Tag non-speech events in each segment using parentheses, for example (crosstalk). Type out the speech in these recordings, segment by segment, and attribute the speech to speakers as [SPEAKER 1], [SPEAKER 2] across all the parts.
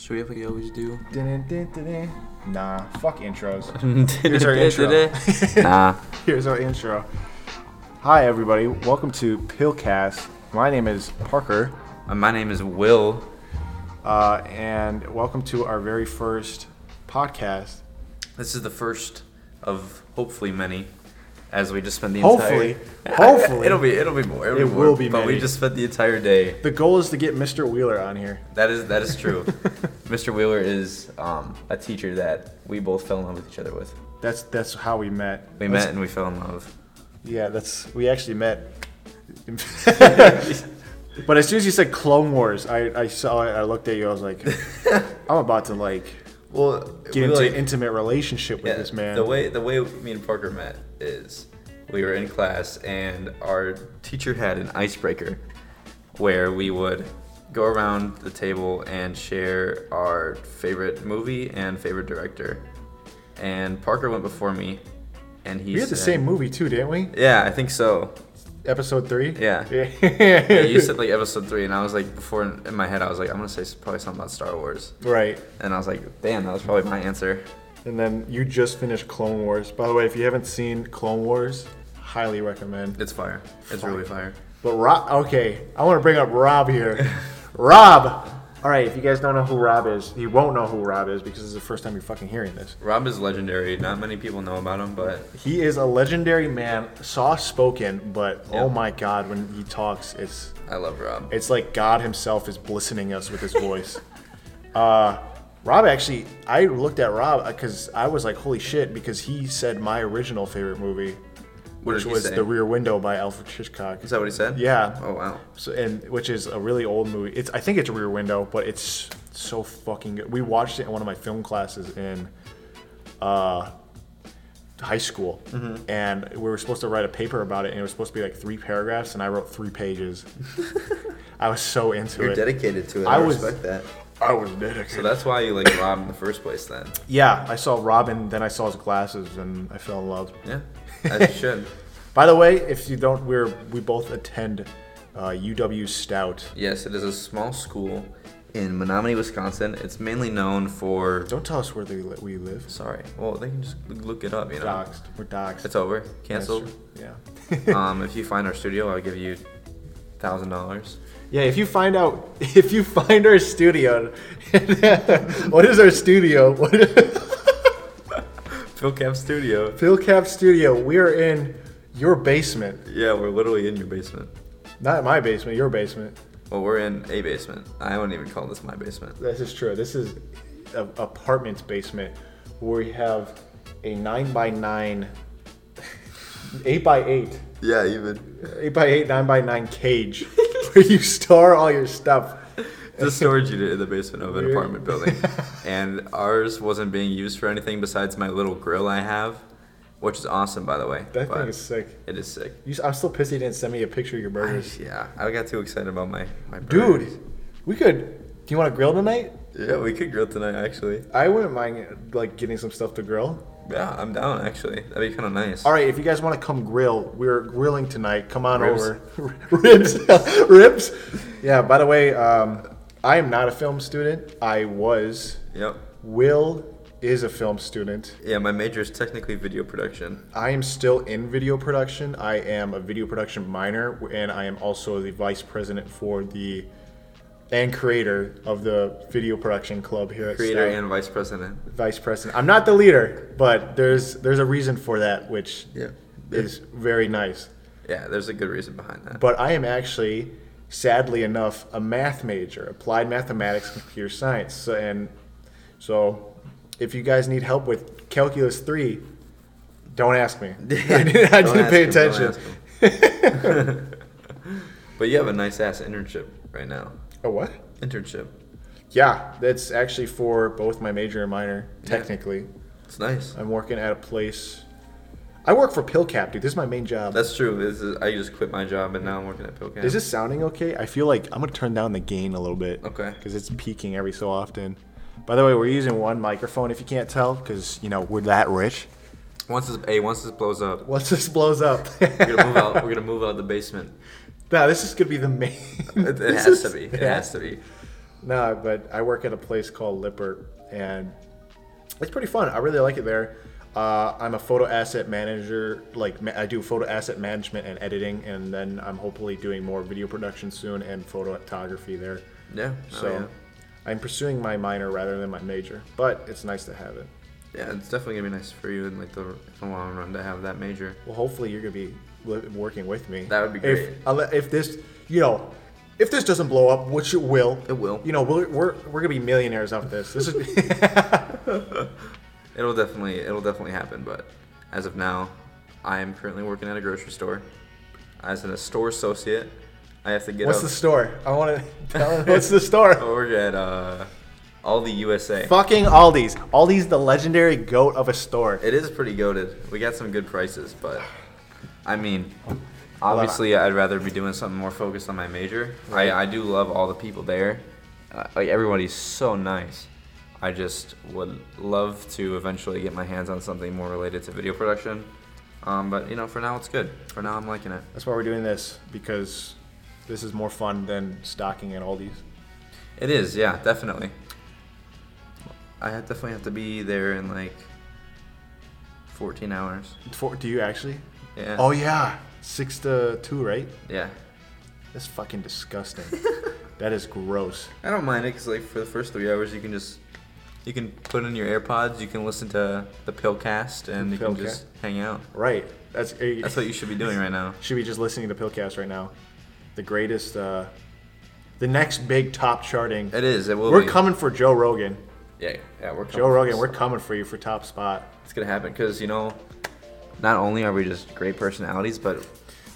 [SPEAKER 1] Should we have like you
[SPEAKER 2] (laughs)
[SPEAKER 1] always do?
[SPEAKER 2] Dun-dun-dun-dun-dun. Nah, fuck intros. Here's our intro.
[SPEAKER 3] (laughs) Nah.
[SPEAKER 2] (laughs) Here's our intro. Hi, everybody. Welcome to Pillcast. My name is Parker,
[SPEAKER 3] Uh, My name is Will.
[SPEAKER 2] uh, and welcome to our very first podcast.
[SPEAKER 3] This is the first of hopefully many, as we just spent the (laughs)
[SPEAKER 2] Hopefully.
[SPEAKER 3] entire.
[SPEAKER 2] Hopefully.
[SPEAKER 3] it'll be it'll be more. It'll
[SPEAKER 2] It
[SPEAKER 3] be more,
[SPEAKER 2] will be
[SPEAKER 3] But
[SPEAKER 2] many.
[SPEAKER 3] we just spent the entire day.
[SPEAKER 2] The goal is to get Mr. Wheeler on here.
[SPEAKER 3] That is that is true. Mr. Wheeler is um, a teacher that we both fell in love with each other with.
[SPEAKER 2] (laughs) That's that's how we met.
[SPEAKER 3] We
[SPEAKER 2] That's-
[SPEAKER 3] met and we fell in love.
[SPEAKER 2] Yeah, that's we actually met.
[SPEAKER 3] (laughs)
[SPEAKER 2] but as soon as you said Clone Wars, I, I saw it. I looked at you. I
[SPEAKER 3] (laughs)
[SPEAKER 2] was like, I'm about to like
[SPEAKER 3] Well,
[SPEAKER 2] get into an intimate relationship with this man.
[SPEAKER 3] The way the way me and Parker met is we were in class and our teacher had an icebreaker where we would go around the table and share our favorite movie and favorite director. And Parker went before me and he
[SPEAKER 2] we had the
[SPEAKER 3] said-
[SPEAKER 2] same movie too, didn't we?
[SPEAKER 3] Yeah, I think
[SPEAKER 2] (laughs)
[SPEAKER 3] so.
[SPEAKER 2] Episode three. (laughs)
[SPEAKER 3] Yeah. Yeah, you said like episode three, and I was like, before in in my head, I was like, I'm gonna say s- probably something about Star Wars,
[SPEAKER 2] right.
[SPEAKER 3] and I was like, damn, that was probably my answer.
[SPEAKER 2] And then you just finished Clone Wars. By the way, if you haven't seen Clone Wars, highly recommend.
[SPEAKER 3] It's fire. It's really fire.
[SPEAKER 2] But Rob, okay, I want to bring up
[SPEAKER 3] (laughs)
[SPEAKER 2] Rob here. Rob. All right, if you guys don't know who Rob is, you won't know who Rob is because this is the first time you're fucking hearing this.
[SPEAKER 3] Rob is legendary. Not many people know about him, but
[SPEAKER 2] He is a legendary man, soft spoken, but
[SPEAKER 3] Yeah.
[SPEAKER 2] oh my god, when he talks, it's
[SPEAKER 3] I love Rob.
[SPEAKER 2] it's like God Himself is listening us with His voice. (laughs) uh, Rob actually, I looked at Rob because I was like, holy shit, because he said my original favorite movie,
[SPEAKER 3] What
[SPEAKER 2] which
[SPEAKER 3] did he
[SPEAKER 2] was
[SPEAKER 3] say?
[SPEAKER 2] The Rear Window by Alfred Hitchcock.
[SPEAKER 3] Is that what he said?
[SPEAKER 2] Yeah.
[SPEAKER 3] Oh wow.
[SPEAKER 2] So, and which is a really old movie. It's I think it's Rear Window, but it's so fucking good. We watched it in one of my film classes in uh, high school,
[SPEAKER 3] Mm-hmm.
[SPEAKER 2] and we were supposed to write a paper about it, and it was supposed to be like three paragraphs, and I wrote
[SPEAKER 3] (laughs)
[SPEAKER 2] three pages. I was so into
[SPEAKER 3] You're
[SPEAKER 2] it.
[SPEAKER 3] dedicated to it.
[SPEAKER 2] I
[SPEAKER 3] I,
[SPEAKER 2] was-
[SPEAKER 3] respect that.
[SPEAKER 2] I was dedicated.
[SPEAKER 3] So that's why you like Rob in the first place, then.
[SPEAKER 2] yeah, I saw Robin, then I saw his glasses, and I fell in love.
[SPEAKER 3] Yeah. As you should.
[SPEAKER 2] (laughs) By the way, if you don't, we're we both attend uh, UW Stout.
[SPEAKER 3] Yes, it is a small school in Menominee, Wisconsin. It's mainly known for.
[SPEAKER 2] Don't tell us where they li- we live.
[SPEAKER 3] Sorry. Well, they can just look it up. You know.
[SPEAKER 2] Doxed. We're doxed.
[SPEAKER 3] It's over. Canceled.
[SPEAKER 2] Yeah.
[SPEAKER 3] (laughs)
[SPEAKER 2] (laughs)
[SPEAKER 3] um, if you find our studio, I'll give you thousand dollars.
[SPEAKER 2] yeah, if you find out, (laughs) if you find our studio, (laughs) what is our studio? What is, (laughs)
[SPEAKER 3] Phil Camp Studio.
[SPEAKER 2] Phil Cap Studio, we are in your basement.
[SPEAKER 3] Yeah, we're literally in your basement.
[SPEAKER 2] Not my basement, your basement.
[SPEAKER 3] Well, we're in a basement. I wouldn't even call this my basement.
[SPEAKER 2] This is true. This is a apartment's basement where we have a 9 by 9 8 by 8
[SPEAKER 3] Yeah, even
[SPEAKER 2] 8 by 8 9 by 9 cage where you store all your stuff.
[SPEAKER 3] the storage unit in the basement of an
[SPEAKER 2] Weird.
[SPEAKER 3] apartment
[SPEAKER 2] (laughs)
[SPEAKER 3] building, and ours wasn't being used for anything besides my little grill I have, which is awesome by the way.
[SPEAKER 2] That
[SPEAKER 3] but
[SPEAKER 2] thing is sick.
[SPEAKER 3] It is sick.
[SPEAKER 2] You, I'm still pissed you didn't send me a picture of your burgers.
[SPEAKER 3] Yeah, I got too excited about my my burgers.
[SPEAKER 2] Dude, we could. Do you want to grill tonight?
[SPEAKER 3] Yeah, we could grill tonight actually.
[SPEAKER 2] I wouldn't mind like getting some stuff to grill.
[SPEAKER 3] Yeah, I'm down actually. That'd be kind of nice.
[SPEAKER 2] All right, if you guys want to come grill, we're grilling tonight. Come on
[SPEAKER 3] Ribs. (laughs)
[SPEAKER 2] over. (laughs) ribs, ribs. Yeah. By the way, um, I am not a film student. I was.
[SPEAKER 3] Yep.
[SPEAKER 2] Will is a film student.
[SPEAKER 3] Yeah, my major is technically video production.
[SPEAKER 2] I am still in video production. I am a video production minor, and I am also the vice president for the and creator of the video production club here at
[SPEAKER 3] Creator
[SPEAKER 2] Stout.
[SPEAKER 3] and vice president.
[SPEAKER 2] vice president. I'm not the leader, but there's there's a reason for that, which
[SPEAKER 3] Yeah.
[SPEAKER 2] is very nice.
[SPEAKER 3] Yeah, there's a good reason behind that.
[SPEAKER 2] But I am actually, sadly enough, a math major, applied mathematics, and computer science, so, and so if you guys need help with calculus three, don't ask me. (laughs) I didn't, I
[SPEAKER 3] (laughs) Don't
[SPEAKER 2] didn't
[SPEAKER 3] ask
[SPEAKER 2] pay
[SPEAKER 3] him, don't
[SPEAKER 2] attention.
[SPEAKER 3] ask him. (laughs)
[SPEAKER 2] (laughs)
[SPEAKER 3] But you have a nice ass internship right now.
[SPEAKER 2] oh what?
[SPEAKER 3] Internship.
[SPEAKER 2] Yeah, that's actually for both my major and minor. Technically,
[SPEAKER 3] It's nice.
[SPEAKER 2] I'm working at a place. I work for PillCap, dude. This is my main job.
[SPEAKER 3] That's true. This is, I just quit my job and now I'm working at Pilcan.
[SPEAKER 2] Is this sounding okay? I feel like I'm gonna turn down the gain a little bit.
[SPEAKER 3] Okay.
[SPEAKER 2] Because it's peaking every so often. By the way, we're using one microphone if you can't tell, because you know we're that rich.
[SPEAKER 3] once this hey, once this blows up,
[SPEAKER 2] Once this blows up,
[SPEAKER 3] we're gonna move out.
[SPEAKER 2] (laughs)
[SPEAKER 3] We're gonna move out the basement.
[SPEAKER 2] nah, this is gonna be the main.
[SPEAKER 3] It, it
[SPEAKER 2] this
[SPEAKER 3] has
[SPEAKER 2] is-
[SPEAKER 3] to be. It has to be.
[SPEAKER 2] No, but I work at a place called Lippert, and it's pretty fun. I really like it there. Uh, I'm a photo asset manager. Like ma- I do photo asset management and editing, and then I'm hopefully doing more video production soon and photography there.
[SPEAKER 3] Yeah. oh,
[SPEAKER 2] So I'm pursuing my minor rather than my major, but it's nice to have it.
[SPEAKER 3] yeah. yeah, it's definitely gonna be nice for you in like the, the long run to have that major. (laughs)
[SPEAKER 2] Well, hopefully you're gonna be li- working with me.
[SPEAKER 3] That would be great.
[SPEAKER 2] If, I'll- if this, you know, if this doesn't blow up, which it will,
[SPEAKER 3] It will.
[SPEAKER 2] You know, we're we're, we're gonna be millionaires off this. This is (laughs)
[SPEAKER 3] It'll definitely it'll definitely happen, but as of now, I am currently working at a grocery store as an, a store associate. I have to get
[SPEAKER 2] what's
[SPEAKER 3] up.
[SPEAKER 2] the store? I want to
[SPEAKER 3] (laughs)
[SPEAKER 2] tell him what's the store.
[SPEAKER 3] I work at uh, Aldi USA.
[SPEAKER 2] Fucking Aldi's. Aldi's the legendary goat of a store.
[SPEAKER 3] It is pretty goaded. We got some good prices, but I mean, obviously, I'd rather be doing something more focused on my major.
[SPEAKER 2] Right.
[SPEAKER 3] I, I do love all the people there. Uh, like everybody's so nice. I just would love to eventually get my hands on something more related to video production. Um, but you know, for now it's good. For now, I'm liking it.
[SPEAKER 2] That's why we're doing this because this is more fun than stocking at Aldi's.
[SPEAKER 3] It is, yeah, definitely. I have- definitely have to be there in like 14 hours.
[SPEAKER 2] For, do you actually?
[SPEAKER 3] Yeah.
[SPEAKER 2] Oh yeah, six to two, right?
[SPEAKER 3] yeah.
[SPEAKER 2] That's fucking disgusting. (laughs) that is gross.
[SPEAKER 3] I don't mind it because like for the first three hours you can just you can put in your AirPods, you can listen to the Pillcast, and you can
[SPEAKER 2] Pillcast.
[SPEAKER 3] just hang out.
[SPEAKER 2] Right. That's eh,
[SPEAKER 3] That's what you should be doing right now.
[SPEAKER 2] should be just listening to Pillcast right now. The greatest, uh, the next big top charting.
[SPEAKER 3] It is. It will.
[SPEAKER 2] We're
[SPEAKER 3] be.
[SPEAKER 2] coming for Joe Rogan.
[SPEAKER 3] Yeah, yeah, we're coming.
[SPEAKER 2] Joe Rogan, we're coming for you for top spot.
[SPEAKER 3] It's gonna happen because you know, not only are we just great personalities, but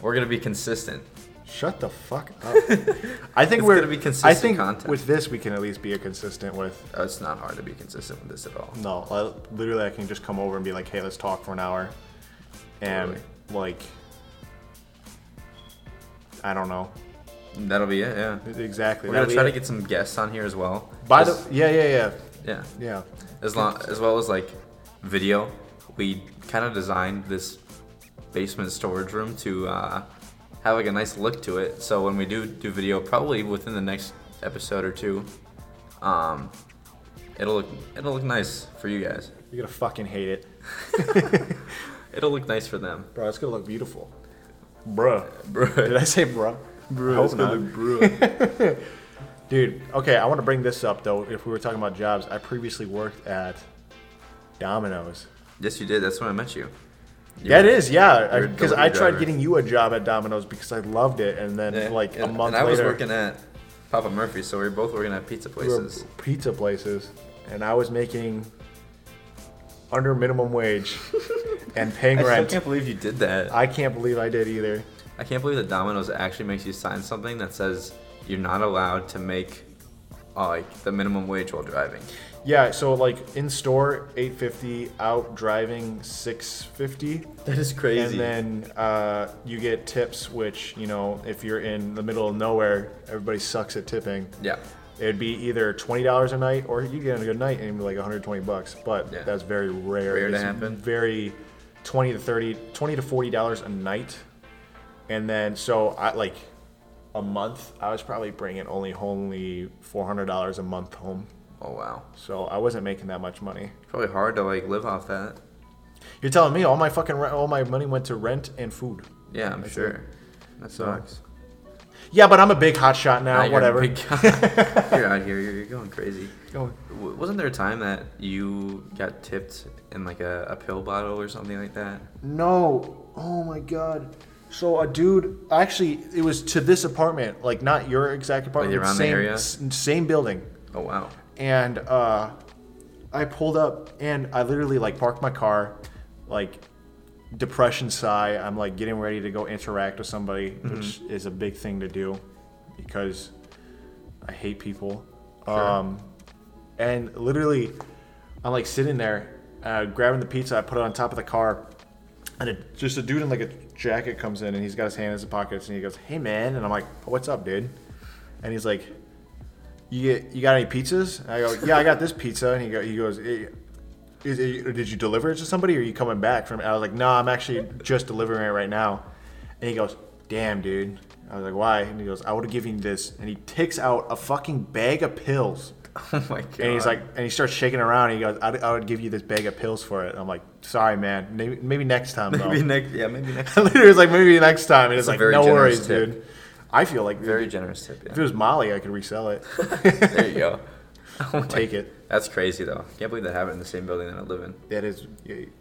[SPEAKER 3] we're gonna be consistent.
[SPEAKER 2] Shut the fuck
[SPEAKER 3] (laughs)
[SPEAKER 2] up. I think
[SPEAKER 3] It's
[SPEAKER 2] we're
[SPEAKER 3] gonna be
[SPEAKER 2] I
[SPEAKER 3] consistent
[SPEAKER 2] think
[SPEAKER 3] content.
[SPEAKER 2] with this we can at least be a consistent with.
[SPEAKER 3] Uh, It's not hard to be consistent with this at all.
[SPEAKER 2] No, I, literally I can just come over and be like, hey, let's talk for an hour, and
[SPEAKER 3] Totally.
[SPEAKER 2] like, I don't know
[SPEAKER 3] That'll be it. Yeah.
[SPEAKER 2] exactly.
[SPEAKER 3] We're gonna
[SPEAKER 2] That'll
[SPEAKER 3] try
[SPEAKER 2] be
[SPEAKER 3] to
[SPEAKER 2] it.
[SPEAKER 3] get some guests on here as well.
[SPEAKER 2] By
[SPEAKER 3] Just-
[SPEAKER 2] the yeah yeah yeah
[SPEAKER 3] yeah.
[SPEAKER 2] yeah.
[SPEAKER 3] as long as well as like video we kind of designed this basement storage room to uh, have like a nice look to it so when we do do video probably within the next episode or two um, it'll look it'll look nice for you guys
[SPEAKER 2] You're gonna fucking hate it.
[SPEAKER 3] it'll look nice for them
[SPEAKER 2] Bro, it's gonna look beautiful. Bruh. (laughs) Did
[SPEAKER 3] bro
[SPEAKER 2] I say bruh? Bruh. Hope not. (laughs) Dude, okay, I want to bring this up though. If we were talking about jobs, I previously worked at Domino's.
[SPEAKER 3] yes you did that's when i met you You
[SPEAKER 2] That
[SPEAKER 3] were-
[SPEAKER 2] is, yeah,
[SPEAKER 3] you're a
[SPEAKER 2] because
[SPEAKER 3] delivery
[SPEAKER 2] I tried
[SPEAKER 3] driver.
[SPEAKER 2] getting you a job at Domino's because I loved it, and then
[SPEAKER 3] Yeah,
[SPEAKER 2] like a
[SPEAKER 3] and-
[SPEAKER 2] month
[SPEAKER 3] and i was
[SPEAKER 2] later,
[SPEAKER 3] working at papa murphy's so we were both working at pizza
[SPEAKER 2] we were
[SPEAKER 3] places
[SPEAKER 2] pizza places, and I was making under
[SPEAKER 3] (laughs)
[SPEAKER 2] minimum wage and paying
[SPEAKER 3] i still
[SPEAKER 2] rent.
[SPEAKER 3] can't believe you did that
[SPEAKER 2] I can't believe I did either.
[SPEAKER 3] I can't believe that Domino's actually makes you sign something that says you're not allowed to make uh, like the minimum wage while driving.
[SPEAKER 2] Yeah, so like in store eight fifty, out driving six fifty.
[SPEAKER 3] That is
[SPEAKER 2] And then uh, you get tips, which you know, if you're in the middle of nowhere, everybody sucks at tipping.
[SPEAKER 3] yeah,
[SPEAKER 2] It'd be either twenty dollars a night, or you get a good night and it'd be like 120 bucks. But
[SPEAKER 3] Yeah.
[SPEAKER 2] that's very rare.
[SPEAKER 3] Rare to
[SPEAKER 2] It's
[SPEAKER 3] happen.
[SPEAKER 2] Very 20 to 30, 20 to 40 dollars a night, and then so I like a month. I was probably bringing only only 400 dollars a month home.
[SPEAKER 3] oh wow,
[SPEAKER 2] So I wasn't making that much money.
[SPEAKER 3] probably hard to like live off that.
[SPEAKER 2] You're telling me all my fucking rent, all my money went to rent and food.
[SPEAKER 3] Yeah, I'm
[SPEAKER 2] That's
[SPEAKER 3] sure. That sucks.
[SPEAKER 2] Yeah, but I'm a big hot shot
[SPEAKER 3] Now
[SPEAKER 2] now.
[SPEAKER 3] you're a
[SPEAKER 2] whatever. (laughs)
[SPEAKER 3] big (laughs) guy. you're out here. You're, you're going crazy.
[SPEAKER 2] Go.
[SPEAKER 3] W- wasn't there a time that you got tipped in like a, a pill bottle or something like that?
[SPEAKER 2] No. Oh my god. So a dude, actually, it was to this apartment, like not your exact apartment,
[SPEAKER 3] around the
[SPEAKER 2] same
[SPEAKER 3] area?
[SPEAKER 2] s- same building,
[SPEAKER 3] Oh wow. (laughs)
[SPEAKER 2] and uh, I pulled up and I literally like parked my car, like depression sigh. I'm like getting ready to go interact with somebody, which is a big thing to do because I hate people. Um, and literally, I'm like sitting there, uh, grabbing the pizza. I put it on top of the car, and it, just a dude in like a jacket comes in, and he's got his hand in his pockets, and he goes, "Hey, man!" And I'm like, "What's up, dude?" And he's like, "You get, you got any pizzas?" And I go, "Yeah, I got this pizza." And he go, he goes. "Eh, is it, did you deliver it to somebody or are you coming back from I was like, no, I'm actually just delivering it right now. And he goes, damn, dude. I was like, why? And he goes, I would have given you this. And he takes out a fucking bag of pills.
[SPEAKER 3] Oh my god.
[SPEAKER 2] And he's like, and he starts shaking around. And he goes, I, I would give you this bag of pills for it. And I'm like, sorry, man. Maybe, maybe next time,
[SPEAKER 3] (laughs)
[SPEAKER 2] though. (laughs)
[SPEAKER 3] maybe next. Yeah, maybe next.
[SPEAKER 2] I literally was like, maybe next time. And it's
[SPEAKER 3] a
[SPEAKER 2] like,
[SPEAKER 3] very
[SPEAKER 2] no
[SPEAKER 3] generous
[SPEAKER 2] worries,
[SPEAKER 3] tip.
[SPEAKER 2] dude. I feel like
[SPEAKER 3] Very generous tip.
[SPEAKER 2] if it
[SPEAKER 3] Yeah.
[SPEAKER 2] was Molly, I could resell it.
[SPEAKER 3] (laughs) there you (laughs) go. Oh my-
[SPEAKER 2] Take it.
[SPEAKER 3] That's crazy though. Can't believe that happened in the same building that I live in.
[SPEAKER 2] That is,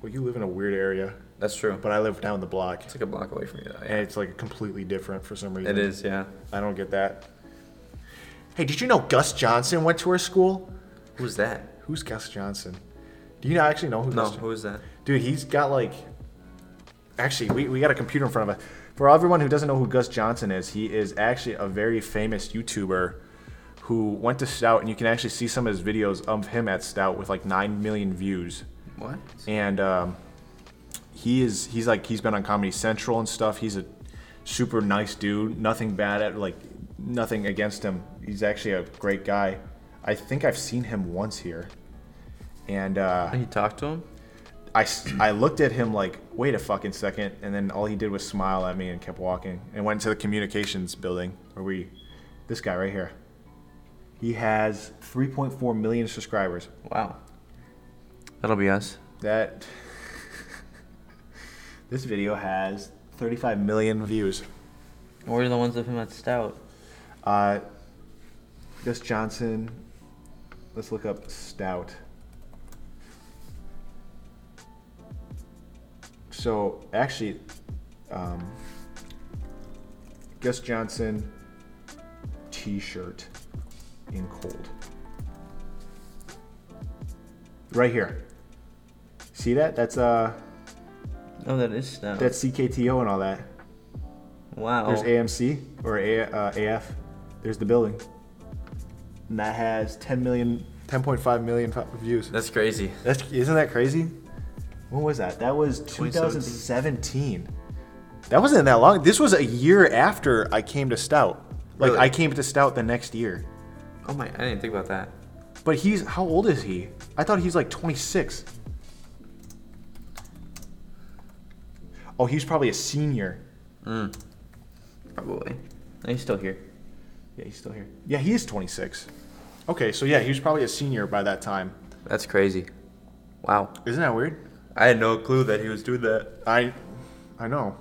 [SPEAKER 2] well, you live in a weird area,
[SPEAKER 3] That's true.
[SPEAKER 2] but I live down the block,
[SPEAKER 3] It's like a block away from you though.
[SPEAKER 2] and
[SPEAKER 3] Yeah.
[SPEAKER 2] it's like completely different for some reason.
[SPEAKER 3] It is. Yeah.
[SPEAKER 2] I don't get that. Hey, did you know Gus Johnson went to our school?
[SPEAKER 3] Who's that?
[SPEAKER 2] Who's Gus Johnson? Do you not actually know who?
[SPEAKER 3] No.
[SPEAKER 2] Gus Johnson?
[SPEAKER 3] Who is that?
[SPEAKER 2] Dude, he's got like. Actually, we, we got a computer in front of us. For everyone who doesn't know who Gus Johnson is, he is actually a very famous YouTuber who went to Stout, and you can actually see some of his videos of him at Stout with like 9 million views.
[SPEAKER 3] What?
[SPEAKER 2] And um, he is, he's like, he's been on Comedy Central and stuff. He's a super nice dude. Nothing bad at, like, nothing against him. He's actually a great guy. I think I've seen him once here. And, uh,
[SPEAKER 3] You talked to him?
[SPEAKER 2] I, s- I looked at him like, wait a fucking second, and then all he did was smile at me and kept walking and went to the communications building where we, this guy right here, he has 3.4 million subscribers.
[SPEAKER 3] Wow. That'll be us.
[SPEAKER 2] That (laughs) this video has 35 million views.
[SPEAKER 1] What were the ones with him at Stout?
[SPEAKER 2] Uh, Gus Johnson, let's look up Stout. So actually, um, Gus Johnson T-shirt in cold. Right here. See that? That's uh,
[SPEAKER 1] Oh, that is Stout.
[SPEAKER 2] that's CKTO and all that.
[SPEAKER 1] wow.
[SPEAKER 2] There's AMC or A, uh, AF. There's the building. And that has 10 million, 10.5 million fu- views.
[SPEAKER 3] That's crazy.
[SPEAKER 2] That's isn't that crazy? When was that? That was
[SPEAKER 3] 2017.
[SPEAKER 2] 2017. That wasn't that long. This was a year after I came to Stout. Like
[SPEAKER 3] Really?
[SPEAKER 2] I came to Stout the next year.
[SPEAKER 3] Oh my! I didn't think about that.
[SPEAKER 2] But he's how old is he? I thought he's like 26. Oh, he's probably a senior.
[SPEAKER 3] Probably.
[SPEAKER 1] He's still here.
[SPEAKER 2] Yeah, he's still here. Yeah, he is 26. Okay, so yeah, he was probably a senior by that time.
[SPEAKER 3] That's crazy. Wow.
[SPEAKER 2] Isn't that weird?
[SPEAKER 3] I had no clue that he was doing that.
[SPEAKER 2] I, I know.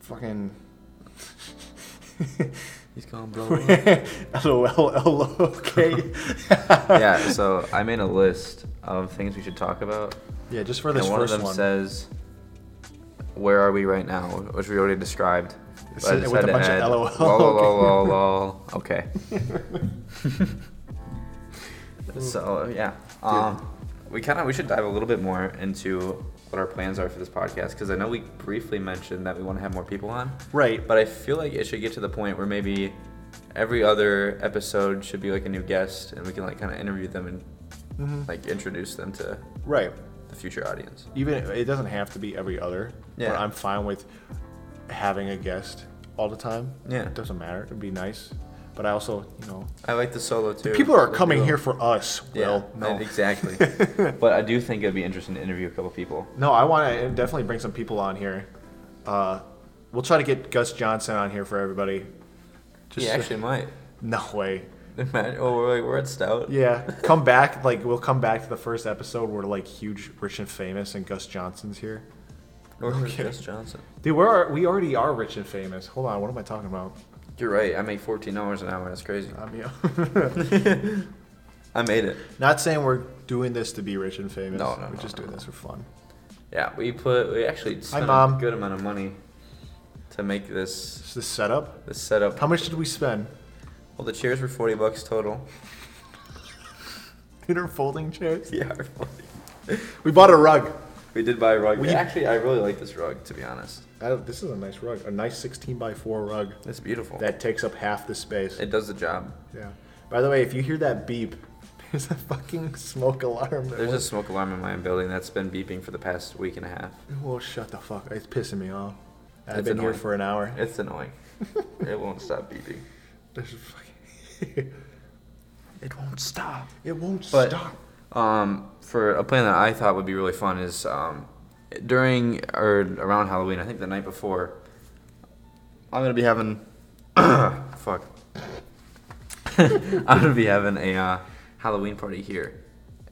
[SPEAKER 2] Fucking. (laughs)
[SPEAKER 3] He's gone blow. up.
[SPEAKER 2] LOL, okay.
[SPEAKER 3] (laughs) yeah. (laughs) So I made a list of things we should talk about,
[SPEAKER 2] Yeah, just for this
[SPEAKER 3] and one of
[SPEAKER 2] first
[SPEAKER 3] them
[SPEAKER 2] one.
[SPEAKER 3] says, "Where are we right now?" Which we already described.
[SPEAKER 2] It
[SPEAKER 3] But I
[SPEAKER 2] said-
[SPEAKER 3] just
[SPEAKER 2] with
[SPEAKER 3] had to
[SPEAKER 2] a bunch of
[SPEAKER 3] add,
[SPEAKER 2] LOL,
[SPEAKER 3] Lol, lol, lol,
[SPEAKER 2] (laughs) okay.
[SPEAKER 3] lol. Okay.
[SPEAKER 2] Mm.
[SPEAKER 3] so yeah, um, we kind of we should dive a little bit more into what our plans are for this podcast because I know we briefly mentioned that we want to have more people on.
[SPEAKER 2] (laughs) right, but
[SPEAKER 3] But I feel like it should get to the point where maybe every other episode should be like a new guest, and we can like kind of interview them and
[SPEAKER 2] Mm-hmm.
[SPEAKER 3] like introduce them to
[SPEAKER 2] right.
[SPEAKER 3] the future audience.
[SPEAKER 2] Even it doesn't have to be every other. But
[SPEAKER 3] Yeah.
[SPEAKER 2] I'm fine with having a guest all the time.
[SPEAKER 3] Yeah.
[SPEAKER 2] It doesn't matter. It'd be nice. But I also, you know,
[SPEAKER 3] I like the solo too.
[SPEAKER 2] people are
[SPEAKER 3] The
[SPEAKER 2] coming
[SPEAKER 3] duo.
[SPEAKER 2] here for us. Will.
[SPEAKER 3] yeah,
[SPEAKER 2] no. (laughs)
[SPEAKER 3] exactly. but I do think it'd be interesting to interview a couple people.
[SPEAKER 2] No, I want to definitely bring some people on here. Uh, we'll try to get Gus Johnson on here for everybody.
[SPEAKER 3] Just he actually might.
[SPEAKER 2] (laughs) No way.
[SPEAKER 3] Imagine, oh, we're, like, we're at Stout.
[SPEAKER 2] Yeah, come back. Like we'll come back to the first episode where like huge, rich and famous, and Gus Johnson's here.
[SPEAKER 3] Or with
[SPEAKER 2] Okay.
[SPEAKER 3] Gus Johnson.
[SPEAKER 2] Dude, we're we already are rich and famous. Hold on, what am I talking about?
[SPEAKER 3] You're right. I make fourteen dollars an hour. That's crazy.
[SPEAKER 2] I'm
[SPEAKER 3] (laughs) I made it.
[SPEAKER 2] (laughs) not saying we're doing this to be rich and famous.
[SPEAKER 3] No, no,
[SPEAKER 2] we're
[SPEAKER 3] no,
[SPEAKER 2] just
[SPEAKER 3] no,
[SPEAKER 2] doing
[SPEAKER 3] no.
[SPEAKER 2] this for fun.
[SPEAKER 3] Yeah, we put. We actually spent
[SPEAKER 2] Mom.
[SPEAKER 3] a good amount of money to make this
[SPEAKER 2] Is this setup?
[SPEAKER 3] this setup.
[SPEAKER 2] How much did we spend? (laughs)
[SPEAKER 3] Well, the chairs were 40 bucks total. (laughs)
[SPEAKER 2] Peter folding chairs.
[SPEAKER 3] Yeah,
[SPEAKER 2] We bought a rug.
[SPEAKER 3] we did buy a rug.
[SPEAKER 2] We-
[SPEAKER 3] actually, I really like this rug, to be honest.
[SPEAKER 2] Uh, This is a nice rug, a nice 16 by 4 rug
[SPEAKER 3] It's beautiful.
[SPEAKER 2] that takes up half the space.
[SPEAKER 3] it does the job.
[SPEAKER 2] Yeah. By the way, if you hear that beep, (laughs) there's a fucking smoke alarm. That
[SPEAKER 3] There's a
[SPEAKER 2] went-
[SPEAKER 3] smoke alarm in my building that's been beeping for the past week and a half.
[SPEAKER 2] Well, shut the fuck. It's pissing me off. I've
[SPEAKER 3] It's
[SPEAKER 2] been here
[SPEAKER 3] annoying.
[SPEAKER 2] for an hour.
[SPEAKER 3] It's annoying.
[SPEAKER 2] (laughs)
[SPEAKER 3] it won't stop beeping.
[SPEAKER 2] There's a fucking. (laughs)
[SPEAKER 3] It won't stop.
[SPEAKER 2] it won't
[SPEAKER 3] But-
[SPEAKER 2] stop.
[SPEAKER 3] Um, for a plan that I thought would be really fun is um, during or around Halloween, I think the night before, I'm gonna be having. (coughs) fuck. (laughs) I'm gonna be having a uh, Halloween party here,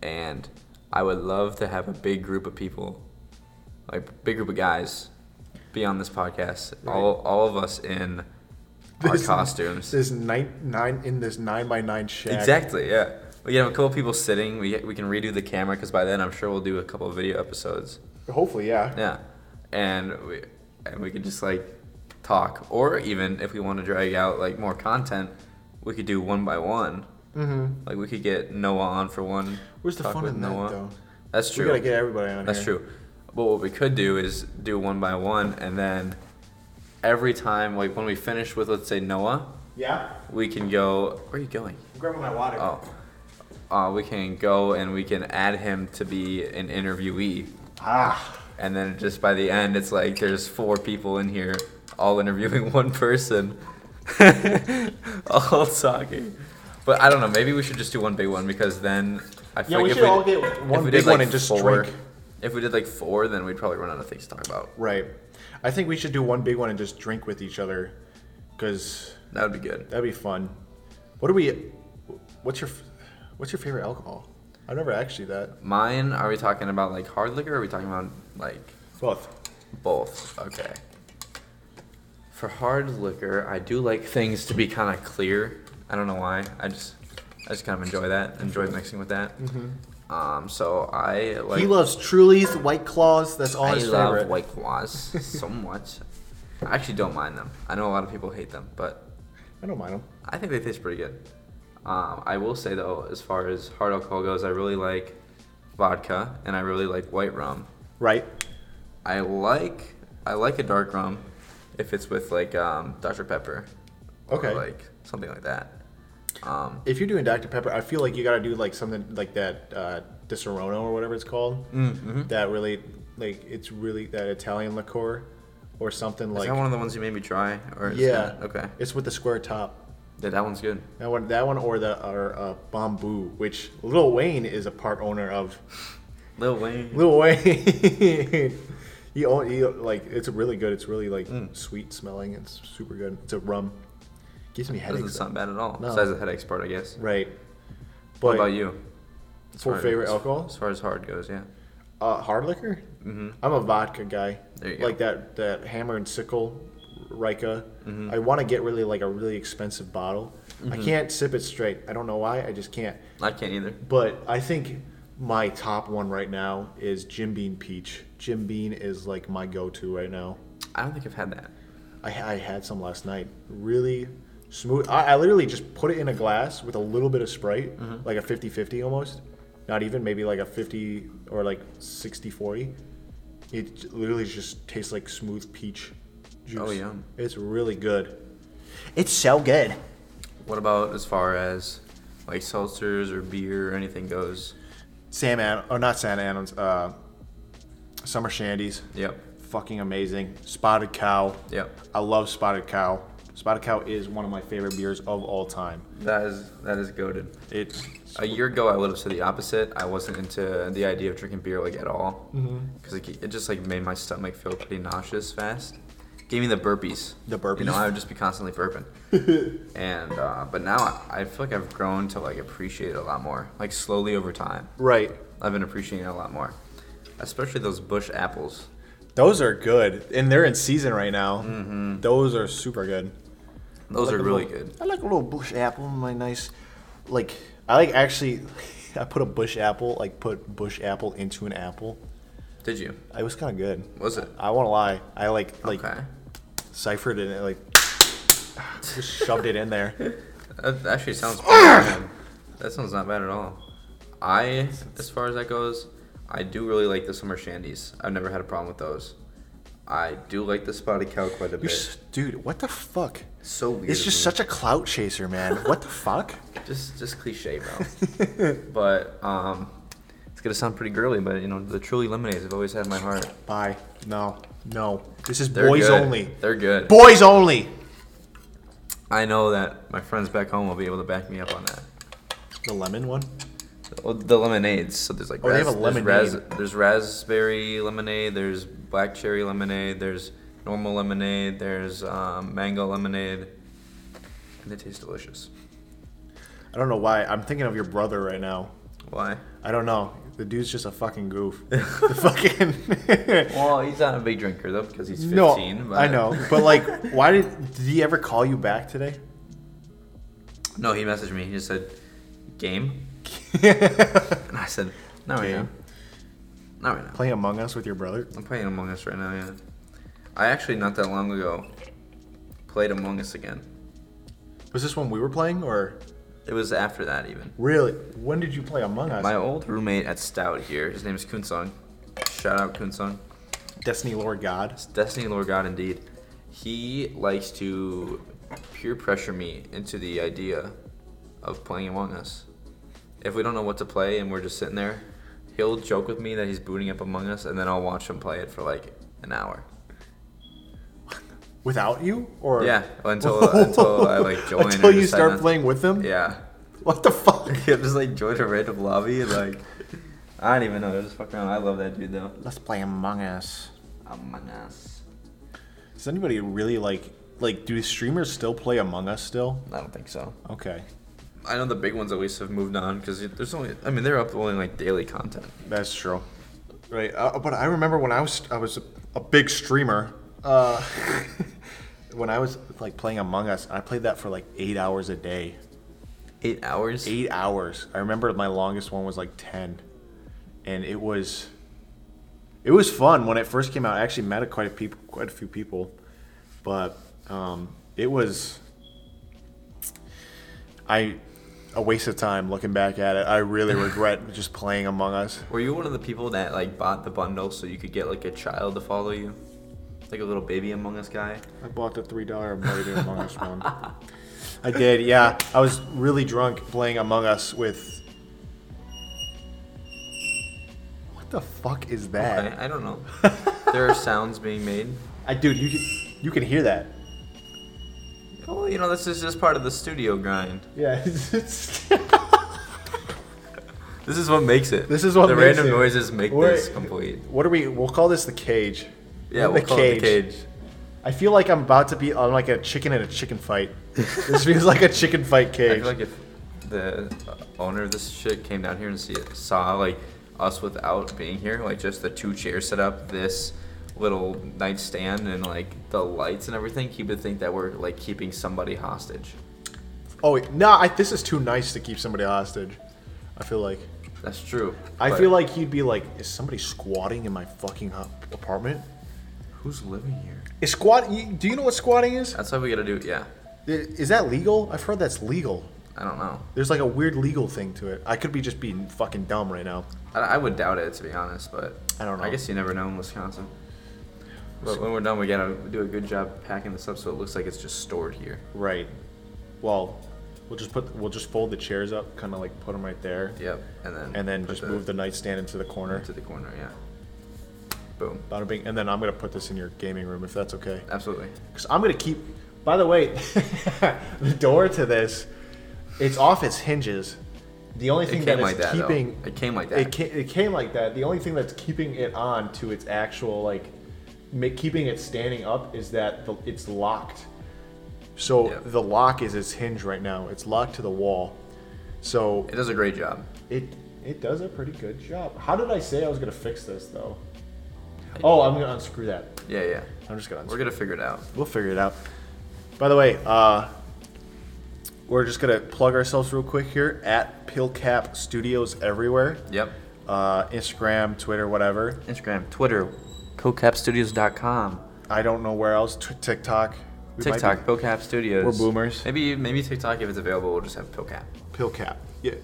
[SPEAKER 3] and I would love to have a big group of people, like big group of guys, be on this podcast. All all of us in our
[SPEAKER 2] This-
[SPEAKER 3] costumes.
[SPEAKER 2] This nine nine in this nine by nine shack.
[SPEAKER 3] Exactly. Yeah. We can have a couple people sitting. We we can redo the camera because by then I'm sure we'll do a couple of video episodes.
[SPEAKER 2] Hopefully, yeah.
[SPEAKER 3] Yeah, and we and we could just like talk, or even if we want to drag out like more content, we could do one by one.
[SPEAKER 2] Mm-hmm.
[SPEAKER 3] Like we could get Noah on for one.
[SPEAKER 2] Where's the
[SPEAKER 3] talk
[SPEAKER 2] fun
[SPEAKER 3] with
[SPEAKER 2] in that though?
[SPEAKER 3] That's true.
[SPEAKER 2] We gotta get everybody on
[SPEAKER 3] That's
[SPEAKER 2] here.
[SPEAKER 3] true. But what we could do is do one by one, and then every time, like when we finish with, let's say Noah,
[SPEAKER 2] Yeah.
[SPEAKER 3] we can go. Where are you going?
[SPEAKER 2] I'm grabbing my water.
[SPEAKER 3] Oh. Uh, we can go and we can add him to be an interviewee.
[SPEAKER 2] Ah.
[SPEAKER 3] And then just by the end, it's like there's four people in here, all interviewing (laughs) one person, all talking. But I don't know. Maybe we should just do one big one because then I feel
[SPEAKER 2] Yeah,
[SPEAKER 3] like
[SPEAKER 2] we
[SPEAKER 3] if
[SPEAKER 2] should
[SPEAKER 3] we,
[SPEAKER 2] all get
[SPEAKER 3] if
[SPEAKER 2] one
[SPEAKER 3] we
[SPEAKER 2] big
[SPEAKER 3] did like
[SPEAKER 2] one and just
[SPEAKER 3] four,
[SPEAKER 2] drink.
[SPEAKER 3] If we did like four, then we'd probably run out of things to talk about.
[SPEAKER 2] Right. I think we should do one big one and just drink with each other, cause
[SPEAKER 3] That would be good.
[SPEAKER 2] that'd be fun. What do we? What's your What's your favorite alcohol? I've never actually that.
[SPEAKER 3] Mine? Are we talking about like hard liquor? Or are we talking about like
[SPEAKER 2] Both.
[SPEAKER 3] Both. Okay. For hard liquor, I do like things to be kind of clear. I don't know why. I just, I just kind of enjoy that. Enjoy mixing with that. Um. So I like.
[SPEAKER 2] he loves Truly's, White Claws. That's all
[SPEAKER 3] I
[SPEAKER 2] his
[SPEAKER 3] love
[SPEAKER 2] favorite.
[SPEAKER 3] White
[SPEAKER 2] (laughs)
[SPEAKER 3] Claws so much. I actually don't mind them. I know a lot of people hate them, but
[SPEAKER 2] I don't mind them.
[SPEAKER 3] I think they taste pretty good. Um, I will say though, as far as hard alcohol goes, I really like vodka and I really like white rum.
[SPEAKER 2] Right.
[SPEAKER 3] I like I like a dark rum if it's with like um, Dr Pepper. or,
[SPEAKER 2] Okay.
[SPEAKER 3] Like something like that. Um,
[SPEAKER 2] If you're doing Dr Pepper, I feel like you gotta do like something like that uh, Di Serono or whatever it's called.
[SPEAKER 3] Mm-hmm.
[SPEAKER 2] That really, like, it's really that Italian liqueur or something
[SPEAKER 3] is
[SPEAKER 2] like.
[SPEAKER 3] that one of the ones you made me try? Or is
[SPEAKER 2] yeah.
[SPEAKER 3] That, okay.
[SPEAKER 2] It's with the square top.
[SPEAKER 3] Yeah, that one's good.
[SPEAKER 2] That one, that one, or the or uh, Bamboo, which Lil Wayne is a part owner of.
[SPEAKER 3] Lil Wayne.
[SPEAKER 2] Lil Wayne. (laughs) he, own, he like it's really good. It's really like
[SPEAKER 3] Mm.
[SPEAKER 2] sweet smelling. It's super good. It's a rum. Gives me
[SPEAKER 3] doesn't
[SPEAKER 2] headaches.
[SPEAKER 3] sound bad at all.
[SPEAKER 2] No.
[SPEAKER 3] Besides the headaches part, I guess.
[SPEAKER 2] Right. But
[SPEAKER 3] What about you? As
[SPEAKER 2] for
[SPEAKER 3] far as-
[SPEAKER 2] favorite
[SPEAKER 3] As
[SPEAKER 2] alcohol,
[SPEAKER 3] far as hard goes, yeah.
[SPEAKER 2] uh, hard liquor. Mm-hmm. I'm a vodka guy.
[SPEAKER 3] There you go.
[SPEAKER 2] like that that hammer and sickle, Rika.
[SPEAKER 3] Mm-hmm.
[SPEAKER 2] I want to get really like a really expensive bottle. I can't sip it straight. I don't know why. I just can't.
[SPEAKER 3] I can't either.
[SPEAKER 2] But I think my top one right now is Jim Bean Peach. Jim Bean is like my go-to right now.
[SPEAKER 3] I don't think I've had that.
[SPEAKER 2] I, I had some last night. Really smooth. I, I literally just put it in a glass with a little bit of Sprite, like a 50-50 almost. Not even, maybe like a 50 or like 60-40. It j- literally just tastes like smooth peach juice.
[SPEAKER 3] Oh, yum.
[SPEAKER 2] It's really good. It's so good.
[SPEAKER 3] What about as far as like seltzers or beer or anything goes?
[SPEAKER 2] Sam An- or not Sam Adams, uh, Summer Shandy's.
[SPEAKER 3] Yep.
[SPEAKER 2] fucking amazing. Spotted Cow.
[SPEAKER 3] Yep.
[SPEAKER 2] I love Spotted Cow. Spotted Cow is one of my favorite beers of all time.
[SPEAKER 3] That is that is goaded.
[SPEAKER 2] It's
[SPEAKER 3] A year ago, I would have said the opposite. I wasn't into the idea of drinking beer like at all because it, it just like made my stomach feel pretty nauseous fast. Gave me the burpees.
[SPEAKER 2] The
[SPEAKER 3] You know,
[SPEAKER 2] burpees?
[SPEAKER 3] I would just be constantly
[SPEAKER 2] (laughs)
[SPEAKER 3] burping. and uh, but now I, I feel like I've grown to like appreciate it a lot more. Like slowly over time,
[SPEAKER 2] right.
[SPEAKER 3] I've been appreciating it a lot more, especially those bush apples.
[SPEAKER 2] Those are good, and they're in season right now. Those are super good.
[SPEAKER 3] Mm-hmm. Those
[SPEAKER 2] Like
[SPEAKER 3] are
[SPEAKER 2] a
[SPEAKER 3] really
[SPEAKER 2] little-
[SPEAKER 3] good.
[SPEAKER 2] I like a little bush apple in my nice, like I like actually. (laughs) I put a bush apple, like put bush apple into an apple.
[SPEAKER 3] Did you?
[SPEAKER 2] It was kind of good.
[SPEAKER 3] Was it?
[SPEAKER 2] I won't lie. I like like
[SPEAKER 3] okay.
[SPEAKER 2] ciphered it and like (laughs) just shoved it
[SPEAKER 3] (laughs)
[SPEAKER 2] in there.
[SPEAKER 3] That actually sounds. bad. that sounds not bad at all. I, as far as that goes, I do really like the summer shandies. I've never had a problem with those. I do like the spotted cow quite a
[SPEAKER 2] You're
[SPEAKER 3] bit.
[SPEAKER 2] s- dude, what the fuck?
[SPEAKER 3] so weird.
[SPEAKER 2] It's just
[SPEAKER 3] of me.
[SPEAKER 2] such a clout chaser, man.
[SPEAKER 3] (laughs)
[SPEAKER 2] What the fuck?
[SPEAKER 3] just just cliche, bro.
[SPEAKER 2] (laughs)
[SPEAKER 3] but um, it's gonna sound pretty girly, but you know the truly lemonades have always had my heart.
[SPEAKER 2] Bye. No. No. This is
[SPEAKER 3] They're
[SPEAKER 2] boys
[SPEAKER 3] good.
[SPEAKER 2] only.
[SPEAKER 3] They're good.
[SPEAKER 2] Boys only.
[SPEAKER 3] I know that my friends back home will be able to back me up on that.
[SPEAKER 2] The lemon one.
[SPEAKER 3] Well, the lemonades. So there's like
[SPEAKER 2] Oh, they have a
[SPEAKER 3] ras- there's
[SPEAKER 2] lemonade.
[SPEAKER 3] ras- there's raspberry lemonade. There's black cherry lemonade. There's normal lemonade. There's um, mango lemonade, and they taste delicious.
[SPEAKER 2] I don't know why. I'm thinking of your brother right now.
[SPEAKER 3] Why?
[SPEAKER 2] I don't know. The dude's just a fucking
[SPEAKER 3] (laughs)
[SPEAKER 2] goof. the fucking.
[SPEAKER 3] Well, he's not a big drinker though because he's 15.
[SPEAKER 2] (laughs) no,
[SPEAKER 3] but...
[SPEAKER 2] I know. But like, why did did he ever call you back today?
[SPEAKER 3] (laughs)
[SPEAKER 2] (laughs)
[SPEAKER 3] no, he messaged me. He just said, "Game," and I said, "Not right
[SPEAKER 2] Game.
[SPEAKER 3] now. Not right now."
[SPEAKER 2] Playing Among Us with your brother?
[SPEAKER 3] I'm playing Among Us right now. Yeah. I actually not that long ago played Among Us again.
[SPEAKER 2] Was this when we were playing or
[SPEAKER 3] It was after that even.
[SPEAKER 2] really? When did you play Among Us?
[SPEAKER 3] My old roommate at Stout here, his name is Kunsung. Shout out Kunsung.
[SPEAKER 2] Destiny Lord God.
[SPEAKER 3] It's Destiny Lord God indeed. He likes to peer pressure me into the idea of playing Among Us. If we don't know what to play and we're just sitting there, he'll joke with me that he's booting up Among Us and then I'll watch him play it for like an hour.
[SPEAKER 2] Without you or
[SPEAKER 3] Yeah, until
[SPEAKER 2] (laughs)
[SPEAKER 3] until I like join. and
[SPEAKER 2] until you
[SPEAKER 3] decide
[SPEAKER 2] start
[SPEAKER 3] not-
[SPEAKER 2] playing with them.
[SPEAKER 3] Yeah. (laughs)
[SPEAKER 2] What the fuck?
[SPEAKER 3] I just like joined a random lobby and like I don't even know. It was fucking. I love that dude though.
[SPEAKER 2] Let's play Among Us.
[SPEAKER 3] Among Us.
[SPEAKER 2] Does anybody really like like do streamers still play Among Us still?
[SPEAKER 3] I don't think so.
[SPEAKER 2] Okay,
[SPEAKER 3] I know the big ones at least have moved on because there's only. I mean, they're uploading like daily content.
[SPEAKER 2] that's true. Right, uh, but I remember when I was I was a, a big streamer. Uh, (laughs) when I was like playing Among Us, I played that for like eight hours a day.
[SPEAKER 3] Eight hours.
[SPEAKER 2] Eight hours. I remember my longest one was like ten, and it was it was fun when it first came out. I actually met a- quite a people, quite a few people, but um, it was I a waste of time looking back at it. I (laughs) really regret just playing Among Us.
[SPEAKER 3] Were you one of the people that like bought the bundle so you could get like a child to follow you, like a little baby Among Us guy?
[SPEAKER 2] I bought the three dollar Among Us one. (laughs) I did, yeah. I was really drunk playing Among Us with. What the fuck is that?
[SPEAKER 3] I, I don't know.
[SPEAKER 2] (laughs)
[SPEAKER 3] there are sounds being made.
[SPEAKER 2] I dude, you can, you can hear that.
[SPEAKER 3] Well, you know, this is just part of the studio
[SPEAKER 2] (laughs)
[SPEAKER 3] grind.
[SPEAKER 2] Yeah, it's, it's
[SPEAKER 3] This is what makes it.
[SPEAKER 2] This is what
[SPEAKER 3] the
[SPEAKER 2] makes
[SPEAKER 3] random
[SPEAKER 2] it.
[SPEAKER 3] noises make
[SPEAKER 2] We're-
[SPEAKER 3] this complete.
[SPEAKER 2] what are we? We'll call this the cage.
[SPEAKER 3] Yeah,
[SPEAKER 2] The
[SPEAKER 3] we'll call it the cage.
[SPEAKER 2] I feel like I'm about to be on like a chicken in a chicken fight. this feels like a chicken fight
[SPEAKER 3] (laughs) I
[SPEAKER 2] cage.
[SPEAKER 3] feel like if the owner of this shit came down here and see saw like us without being here, like just the two chairs set up, this little nightstand, and like the lights and everything, he would think that we're like keeping somebody hostage.
[SPEAKER 2] oh wait, no, I, this is too nice to keep somebody hostage. I feel like.
[SPEAKER 3] That's true.
[SPEAKER 2] I
[SPEAKER 3] but
[SPEAKER 2] feel like he'd be like, is somebody squatting in my fucking hu- apartment?
[SPEAKER 3] who's living here?
[SPEAKER 2] Is squat? you- Do you know what squatting is? I-
[SPEAKER 3] That's why we gotta do. Yeah,
[SPEAKER 2] Is that legal? I've heard that's legal.
[SPEAKER 3] I don't know.
[SPEAKER 2] There's like a weird legal thing to it. I could be just being fucking dumb right now.
[SPEAKER 3] I, I would doubt it to be honest, but
[SPEAKER 2] I don't
[SPEAKER 3] I
[SPEAKER 2] know.
[SPEAKER 3] guess you never know in Wisconsin. But when we're done, we gotta do a good job packing this up so it looks like it's just stored here.
[SPEAKER 2] Right. Well, we'll just put we'll just fold the chairs up, kind of like put them right there,
[SPEAKER 3] Yep, and then
[SPEAKER 2] and then
[SPEAKER 3] put
[SPEAKER 2] just move the nightstand into the corner.
[SPEAKER 3] to the corner. Yeah. Boom.
[SPEAKER 2] Bada bing, and then I'm gonna put this in your gaming room if that's okay.
[SPEAKER 3] Absolutely.
[SPEAKER 2] Cause I'm gonna keep. By the way, (laughs) the door to this, it's off its hinges. The only thing
[SPEAKER 3] came
[SPEAKER 2] that is
[SPEAKER 3] like that, though.
[SPEAKER 2] keeping
[SPEAKER 3] It came like
[SPEAKER 2] It
[SPEAKER 3] that.
[SPEAKER 2] came, it came like that. The only thing that's keeping it on to its actual like, ma- keeping it standing up is that the, it's locked. So
[SPEAKER 3] Yep.
[SPEAKER 2] the lock is its hinge right now. It's locked to the wall. So
[SPEAKER 3] It does a great job.
[SPEAKER 2] it it does a pretty good job. How did I say I was gonna fix this though? Oh, I'm gonna unscrew that.
[SPEAKER 3] Yeah, yeah.
[SPEAKER 2] I'm just gonna unscrew
[SPEAKER 3] We're gonna figure it out.
[SPEAKER 2] We'll figure it out. By the way, uh, we're just gonna plug ourselves real quick here at Pillcap Studios everywhere.
[SPEAKER 3] Yep.
[SPEAKER 2] Uh, Instagram, Twitter, whatever.
[SPEAKER 3] Instagram, Twitter, CoCapStudios.com,
[SPEAKER 2] I don't know where else. T- TikTok. We might
[SPEAKER 3] TikTok,
[SPEAKER 2] be-
[SPEAKER 3] PillCap Studios.
[SPEAKER 2] We're boomers.
[SPEAKER 3] Maybe maybe TikTok if it's available, we'll just have PillCap.
[SPEAKER 2] Pillcap. Yeah.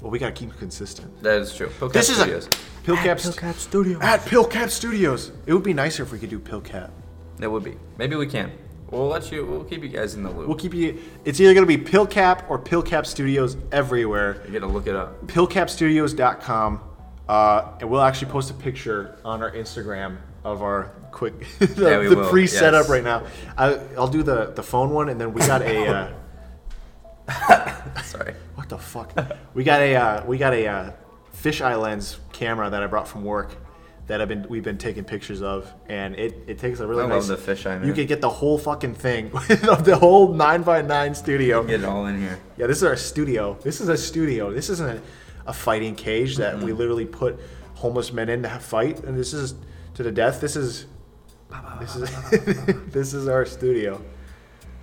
[SPEAKER 2] Well, we gotta keep consistent.
[SPEAKER 3] That is true. PillCap
[SPEAKER 2] This is a
[SPEAKER 3] Studios.
[SPEAKER 2] Pillcap,
[SPEAKER 1] Pillcap Studios.
[SPEAKER 2] At Pillcap Studios. It would be nicer if we could do Pillcap.
[SPEAKER 3] That would be. Maybe we can. We'll let you. We'll keep you guys in the loop.
[SPEAKER 2] We'll keep you. It's either gonna be Pillcap or Pillcap Studios everywhere.
[SPEAKER 3] you gotta look it up.
[SPEAKER 2] pillcapstudios.com uh, and we'll actually post a picture on our instagram of our quick (laughs) the,
[SPEAKER 3] Yeah, we
[SPEAKER 2] the
[SPEAKER 3] will,
[SPEAKER 2] pre-setup
[SPEAKER 3] yes.
[SPEAKER 2] right now I, i'll do the, the phone one and then we got a
[SPEAKER 3] (laughs)
[SPEAKER 2] uh,
[SPEAKER 3] Sorry.
[SPEAKER 2] what the fuck we got a uh, we got a uh, fisheye lens camera that i brought from work that have been we've been taking pictures of, and it, it takes a really
[SPEAKER 3] I
[SPEAKER 2] nice.
[SPEAKER 3] love the fisheye, man.
[SPEAKER 2] You could get the whole fucking thing, (laughs) the whole nine by nine studio.
[SPEAKER 3] Get it all in here.
[SPEAKER 2] Yeah, this is our studio. This is a studio. This isn't a, a fighting cage that we literally put homeless men in to have fight. And this is to the death. This is this is (laughs) this is our studio.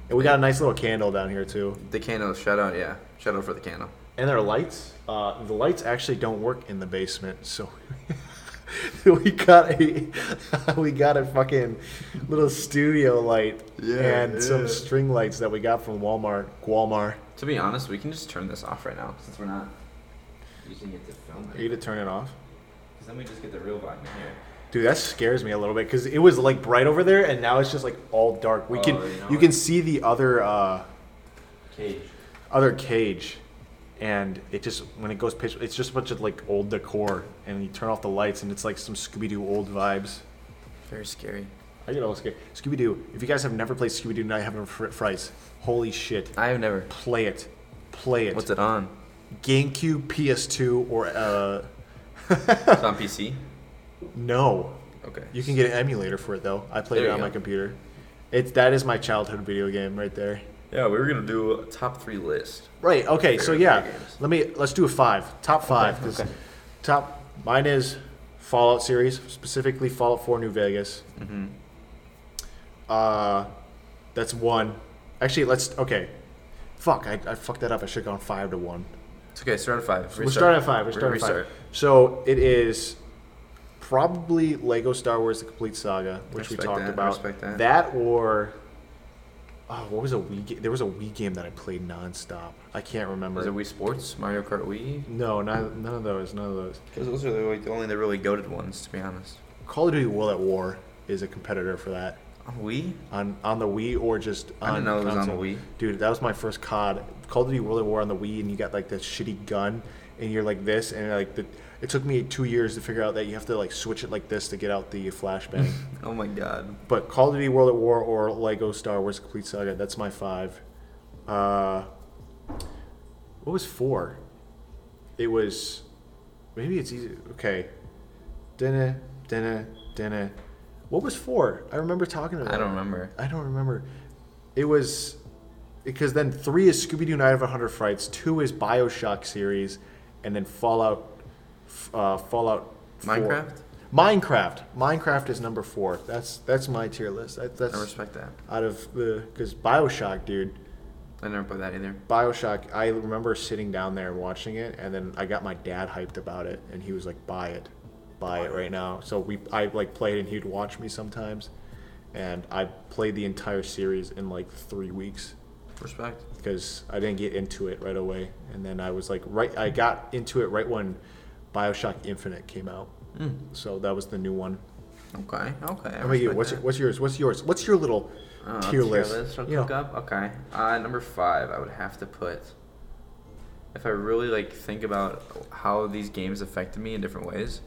[SPEAKER 2] And we got a nice little candle down here too.
[SPEAKER 3] The candle, shout out, yeah. Shout out for the candle.
[SPEAKER 2] And there are lights. Uh, the lights actually don't work in the basement, so (laughs) we got a (laughs) we got a fucking little studio light
[SPEAKER 3] Yeah,
[SPEAKER 2] and some
[SPEAKER 3] yeah.
[SPEAKER 2] string lights that we got from Walmart. Walmart.
[SPEAKER 3] To be honest, we can just turn this off right now since we're not using it to film
[SPEAKER 2] Are
[SPEAKER 3] it.
[SPEAKER 2] you to turn it off?
[SPEAKER 3] Because then we just get the real vibe in here.
[SPEAKER 2] Dude, that scares me a little bit because it was like bright over there, and now it's just like all dark. We
[SPEAKER 3] Oh,
[SPEAKER 2] can
[SPEAKER 3] you know
[SPEAKER 2] you
[SPEAKER 3] it.
[SPEAKER 2] can see the other uh,
[SPEAKER 3] Cage.
[SPEAKER 2] other cage, and it just when it goes pitch, it's just a bunch of like old decor, and you turn off the lights, and it's like some Scooby Doo old vibes.
[SPEAKER 3] Very scary.
[SPEAKER 2] I get all scared. Scooby Doo. If you guys have never played Scooby Doo Night Heaven fr- Fries, holy shit,
[SPEAKER 3] I have never.
[SPEAKER 2] play it, play it.
[SPEAKER 3] What's it on?
[SPEAKER 2] GameCube, PS2, or uh,
[SPEAKER 3] It's on PC?
[SPEAKER 2] no.
[SPEAKER 3] Okay.
[SPEAKER 2] You can get an emulator for it though. I played
[SPEAKER 3] There
[SPEAKER 2] it
[SPEAKER 3] you
[SPEAKER 2] on
[SPEAKER 3] go.
[SPEAKER 2] my computer. It's that is my childhood video game right there.
[SPEAKER 3] Yeah, we were going to do a top three list.
[SPEAKER 2] Right. Okay. So
[SPEAKER 3] Favorite
[SPEAKER 2] yeah,
[SPEAKER 3] video games.
[SPEAKER 2] let me let's do a five. Top five. 'cause
[SPEAKER 1] okay.
[SPEAKER 2] Top. Mine is Fallout series, specifically Fallout Four New Vegas.
[SPEAKER 3] Mm-hmm.
[SPEAKER 2] Uh, that's one. Actually, let's okay. Fuck, I, I fucked that up. I should have gone five to one.
[SPEAKER 3] It's okay, start at five.
[SPEAKER 2] We're starting at five. We're starting at five. So it is probably Lego Star Wars: The Complete Saga, which
[SPEAKER 3] Respect
[SPEAKER 2] we talked
[SPEAKER 3] that,
[SPEAKER 2] about.
[SPEAKER 3] respect that.
[SPEAKER 2] or oh, what was a Wii? Ga- there was a Wii game that I played nonstop. I can't remember.
[SPEAKER 3] Is it Wii Sports? Mario Kart Wii?
[SPEAKER 2] No, not, none of those. None of those.
[SPEAKER 3] Because those are the, like, the only the really goaded ones, to be honest.
[SPEAKER 2] Call of Duty World at War is a competitor for that
[SPEAKER 3] On Wii?
[SPEAKER 2] on on the Wii or just on
[SPEAKER 3] I didn't know it was on the
[SPEAKER 2] console.
[SPEAKER 3] Wii.
[SPEAKER 2] Dude, that was my first COD. Call of Duty World at War on the Wii, and you got like that shitty gun, and you're like this, and like the. It took me two years to figure out that you have to like switch it like this to get out the flashbang.
[SPEAKER 3] Oh my god.
[SPEAKER 2] but Call of Duty World at War or Lego Star Wars Complete Saga, that's my five. Uh, what was four? It was maybe it's easy. Okay, dinner, dinner, dinner. What was four? I remember talking about.
[SPEAKER 3] I don't remember.
[SPEAKER 2] I don't remember. It was because then three is Scooby Doo Night of 100 Frights, two is Bioshock series, and then Fallout. f- Uh, Fallout. four.
[SPEAKER 3] Minecraft?
[SPEAKER 2] Minecraft. Minecraft is number four. That's that's my tier list. That,
[SPEAKER 3] I
[SPEAKER 2] that's
[SPEAKER 3] respect that.
[SPEAKER 2] out of the because Bioshock, dude.
[SPEAKER 3] I never played that either.
[SPEAKER 2] Bioshock. I remember sitting down there and watching it, and then I got my dad hyped about it, and he was like, "Buy it, buy it right now." So we, I like played, and he'd watch me sometimes, and I played the entire series in like three weeks
[SPEAKER 3] Respect.
[SPEAKER 2] because I didn't get into it right away, and then I was like, right, I got into it right when Bioshock Infinite came out. So that was the new one.
[SPEAKER 3] Okay, okay. I
[SPEAKER 2] How about you?
[SPEAKER 3] respect
[SPEAKER 2] What's,
[SPEAKER 3] Hmm. that.
[SPEAKER 2] what's yours? What's yours? What's your little
[SPEAKER 3] Uh,
[SPEAKER 2] tier, list?
[SPEAKER 3] I'll
[SPEAKER 2] You know,
[SPEAKER 3] cook up. Okay. Uh, number five, I would have to put. If I really like think about how these games affected me in different ways,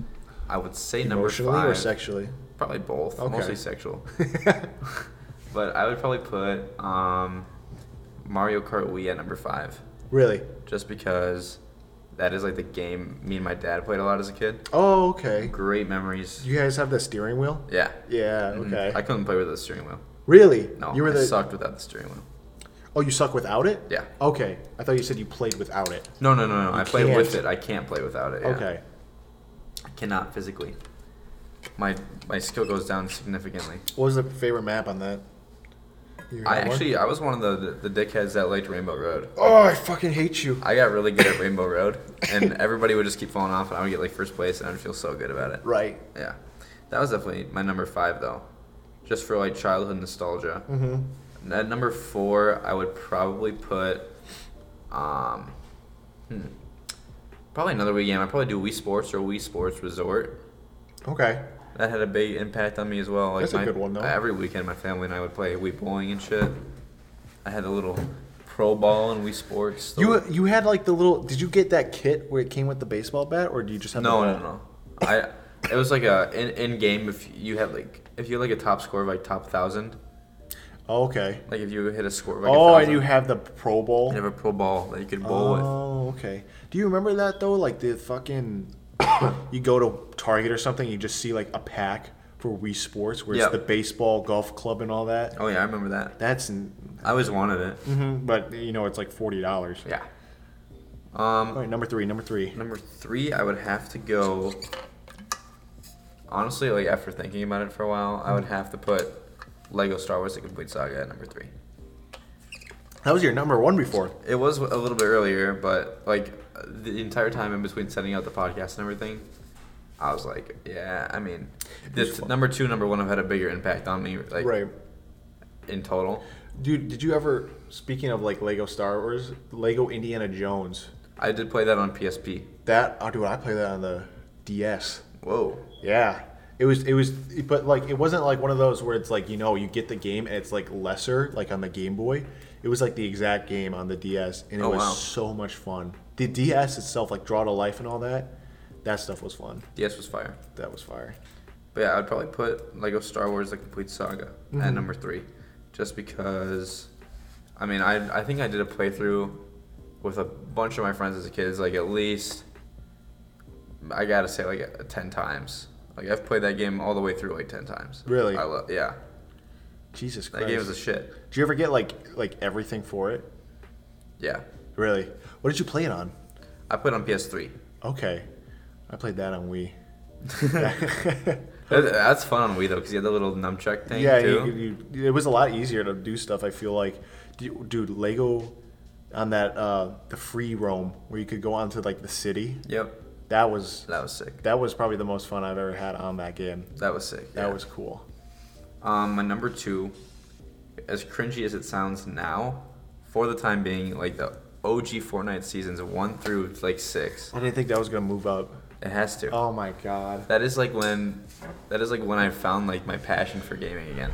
[SPEAKER 3] I would say number
[SPEAKER 2] emotionally
[SPEAKER 3] five.
[SPEAKER 2] or sexually? (laughs)
[SPEAKER 3] Probably both.
[SPEAKER 2] Okay.
[SPEAKER 3] Mostly sexual. but I would probably put um, Mario Kart Wii at number five,
[SPEAKER 2] really?
[SPEAKER 3] just because that is like the game me and my dad played a lot as a kid.
[SPEAKER 2] Oh, okay.
[SPEAKER 3] Great memories.
[SPEAKER 2] You guys have the steering wheel?
[SPEAKER 3] Yeah.
[SPEAKER 2] Yeah.
[SPEAKER 3] Mhm.
[SPEAKER 2] Okay.
[SPEAKER 3] I couldn't play with the steering wheel.
[SPEAKER 2] really?
[SPEAKER 3] No,
[SPEAKER 2] You were
[SPEAKER 3] I
[SPEAKER 2] the.
[SPEAKER 3] sucked without the steering wheel.
[SPEAKER 2] Oh, you suck without it?
[SPEAKER 3] Yeah.
[SPEAKER 2] Okay. I thought you said you played without it.
[SPEAKER 3] No, no, no, no. I play with
[SPEAKER 2] can't.
[SPEAKER 3] it. I can't play without it. yeah.
[SPEAKER 2] Okay.
[SPEAKER 3] I cannot physically. My my skill goes down significantly.
[SPEAKER 2] What was the favorite map on that? You
[SPEAKER 3] I
[SPEAKER 2] had one?
[SPEAKER 3] actually I was one of the, the the dickheads that liked Rainbow Road.
[SPEAKER 2] Oh, I fucking hate you.
[SPEAKER 3] I got really good at Rainbow Road,
[SPEAKER 2] (laughs)
[SPEAKER 3] and everybody would just keep falling off, and I would get like first place, and I'd feel so good about it.
[SPEAKER 2] Right.
[SPEAKER 3] Yeah, that was definitely my number five though, just for like childhood nostalgia.
[SPEAKER 2] Mm-hmm.
[SPEAKER 3] And At number four, I would probably put, um, hmm, probably another Wii game. I probably do Wii Sports or Wii Sports Resort.
[SPEAKER 2] Okay.
[SPEAKER 3] That had a big impact on me as well. Like
[SPEAKER 2] That's a
[SPEAKER 3] my-
[SPEAKER 2] good one, though.
[SPEAKER 3] Every weekend, my family and I would play Wii bowling and shit. I had a little pro ball and Wii Sports. the-
[SPEAKER 2] You you had like the little. Did you get that kit where it came with the baseball bat, or do you just have?
[SPEAKER 3] no,
[SPEAKER 2] the
[SPEAKER 3] no, no. I it was like a in, in game. If you had like if you had like a top score of like top thousand,
[SPEAKER 2] Oh, okay.
[SPEAKER 3] like if you hit a score of like
[SPEAKER 2] Oh,
[SPEAKER 3] a
[SPEAKER 2] and
[SPEAKER 3] thousand,
[SPEAKER 2] you have the Pro Bowl.
[SPEAKER 3] you'd have a pro ball that you could bowl with.
[SPEAKER 2] Oh, okay. Do you remember that though? Like the fucking (coughs) you go to Target or something, you just see like a pack for Wii Sports where
[SPEAKER 3] Yeah.
[SPEAKER 2] it's the baseball, golf club, and all that.
[SPEAKER 3] Oh yeah, I remember that.
[SPEAKER 2] That's, n-
[SPEAKER 3] I always wanted it.
[SPEAKER 2] mhm, but you know, it's like forty dollars.
[SPEAKER 3] Yeah. Um,
[SPEAKER 2] All right, number three, number three.
[SPEAKER 3] Number three, I would have to go. Honestly, like after thinking about it for a while, I would have to put Lego Star Wars: The Complete Saga at number three.
[SPEAKER 2] That was your number one before.
[SPEAKER 3] It was a little bit earlier, but like the entire time in between setting out the podcast and everything, I was like, yeah, I mean, this number two, number one have had a bigger impact on me, like
[SPEAKER 2] right.
[SPEAKER 3] in total.
[SPEAKER 2] Dude, did you ever, speaking of like Lego Star Wars, Lego Indiana Jones?
[SPEAKER 3] I did play that on PSP.
[SPEAKER 2] That, oh, dude, I played that on the DS.
[SPEAKER 3] Whoa.
[SPEAKER 2] Yeah. It was it was but like it wasn't like one of those where it's like, you know, you get the game and it's like lesser like on the Game Boy. It was like the exact game on the DS and it
[SPEAKER 3] Oh,
[SPEAKER 2] was
[SPEAKER 3] wow.
[SPEAKER 2] so much fun. The DS itself like Draw to Life and all that, that stuff was fun.
[SPEAKER 3] DS was fire.
[SPEAKER 2] That was fire.
[SPEAKER 3] But yeah, I'd probably put Lego Star Wars: The Complete Saga
[SPEAKER 2] Mm-hmm.
[SPEAKER 3] at number three, just because. I mean, I I think I did a playthrough with a bunch of my friends as kids, like at least. I gotta say, like uh, ten times. Like I've played that game all the way through, like ten times.
[SPEAKER 2] Really?
[SPEAKER 3] I love. Yeah,
[SPEAKER 2] Jesus
[SPEAKER 3] that
[SPEAKER 2] Christ.
[SPEAKER 3] game was a shit.
[SPEAKER 2] Did you ever get like like everything for it?
[SPEAKER 3] Yeah,
[SPEAKER 2] Really? What did you play it on?
[SPEAKER 3] I played on PS3.
[SPEAKER 2] Okay. I played that
[SPEAKER 3] (laughs)
[SPEAKER 2] on Wii. (laughs)
[SPEAKER 3] That- That's fun on Wii though, because you had the little nunchuck thing
[SPEAKER 2] yeah,
[SPEAKER 3] too.
[SPEAKER 2] you, you, it was a lot easier to do stuff. I feel like, Du- dude, Lego on that uh, the free roam where you could go onto like the city.
[SPEAKER 3] Yep,
[SPEAKER 2] That was
[SPEAKER 3] that was sick.
[SPEAKER 2] that was probably the most fun I've ever had on that game.
[SPEAKER 3] That was sick.
[SPEAKER 2] That
[SPEAKER 3] yeah.
[SPEAKER 2] was cool.
[SPEAKER 3] Um, my number two, as cringy as it sounds now, for the time being, like the OG Fortnite seasons one through like six,
[SPEAKER 2] I didn't think that was gonna move up.
[SPEAKER 3] it has to.
[SPEAKER 2] Oh my god.
[SPEAKER 3] That is like when, that is like when I found like my passion for gaming again.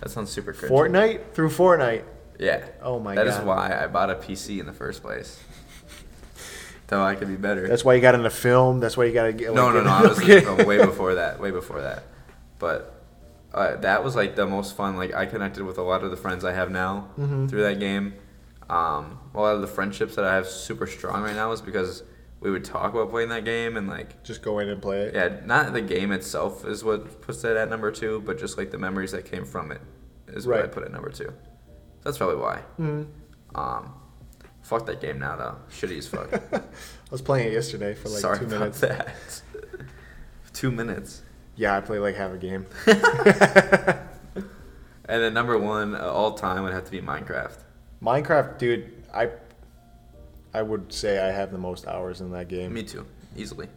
[SPEAKER 3] That sounds super cringy.
[SPEAKER 2] Fortnite through Fortnite.
[SPEAKER 3] Yeah.
[SPEAKER 2] Oh my
[SPEAKER 3] That
[SPEAKER 2] God.
[SPEAKER 3] is why I bought a PC in the first place. (laughs) Though I could be better.
[SPEAKER 2] That's why you got into film. That's why you got to get.
[SPEAKER 3] No,
[SPEAKER 2] like,
[SPEAKER 3] no,
[SPEAKER 2] in- (laughs)
[SPEAKER 3] no. I was
[SPEAKER 2] Okay.
[SPEAKER 3] no, way before that. Way before that. But uh, that was like the most fun. Like I connected with a lot of the friends I have now
[SPEAKER 2] Mm-hmm.
[SPEAKER 3] through that game. Um, a lot of the friendships that I have super strong right now is because we would talk about playing that game and like
[SPEAKER 2] (laughs) Just go in and play it.
[SPEAKER 3] yeah, not the game itself is what puts it at number two, but just like the memories that came from it is what I
[SPEAKER 2] Right.
[SPEAKER 3] put at number two. That's probably why.
[SPEAKER 2] Hmm.
[SPEAKER 3] Um, fuck that game now though. Shitty as
[SPEAKER 2] (laughs)
[SPEAKER 3] fuck.
[SPEAKER 2] I was playing it yesterday for like
[SPEAKER 3] Sorry
[SPEAKER 2] two
[SPEAKER 3] about
[SPEAKER 2] minutes.
[SPEAKER 3] that. (laughs) two minutes.
[SPEAKER 2] Yeah, I played like half a game.
[SPEAKER 3] And then number one uh, all time would have to be Minecraft.
[SPEAKER 2] Minecraft, dude, I I would say I have the most hours in that game.
[SPEAKER 3] Me too, easily.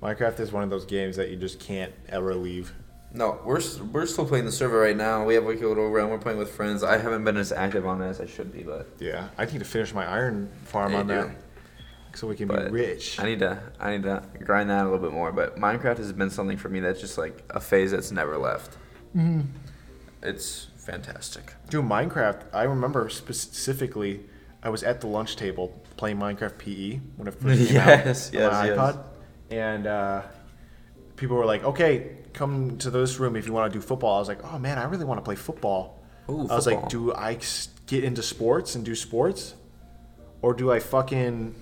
[SPEAKER 2] Minecraft is one of those games that you just can't ever leave.
[SPEAKER 3] No, we're s- we're still playing the server right now. We have like a little round. We're playing with friends. I haven't been as active on it as I should be, but
[SPEAKER 2] Yeah, I need to finish my iron farm
[SPEAKER 3] Yeah,
[SPEAKER 2] on
[SPEAKER 3] you
[SPEAKER 2] that
[SPEAKER 3] do.
[SPEAKER 2] so we can
[SPEAKER 3] but
[SPEAKER 2] be rich.
[SPEAKER 3] I need to I need to grind that a little bit more. But Minecraft has been something for me that's just like a phase that's never left.
[SPEAKER 2] Mm-hmm.
[SPEAKER 3] It's fantastic.
[SPEAKER 2] Dude, Minecraft, I remember specifically I was at the lunch table playing Minecraft PE when it first came
[SPEAKER 1] (laughs) Yes,
[SPEAKER 2] out on
[SPEAKER 1] yes, yes.
[SPEAKER 2] my iPod. And uh, people were like, okay, come to this room if you want to do football. I was like, oh man, I really want to play football.
[SPEAKER 3] Ooh,
[SPEAKER 2] I was like,
[SPEAKER 3] football.
[SPEAKER 2] do I s- get into sports and do sports? Or do I fucking,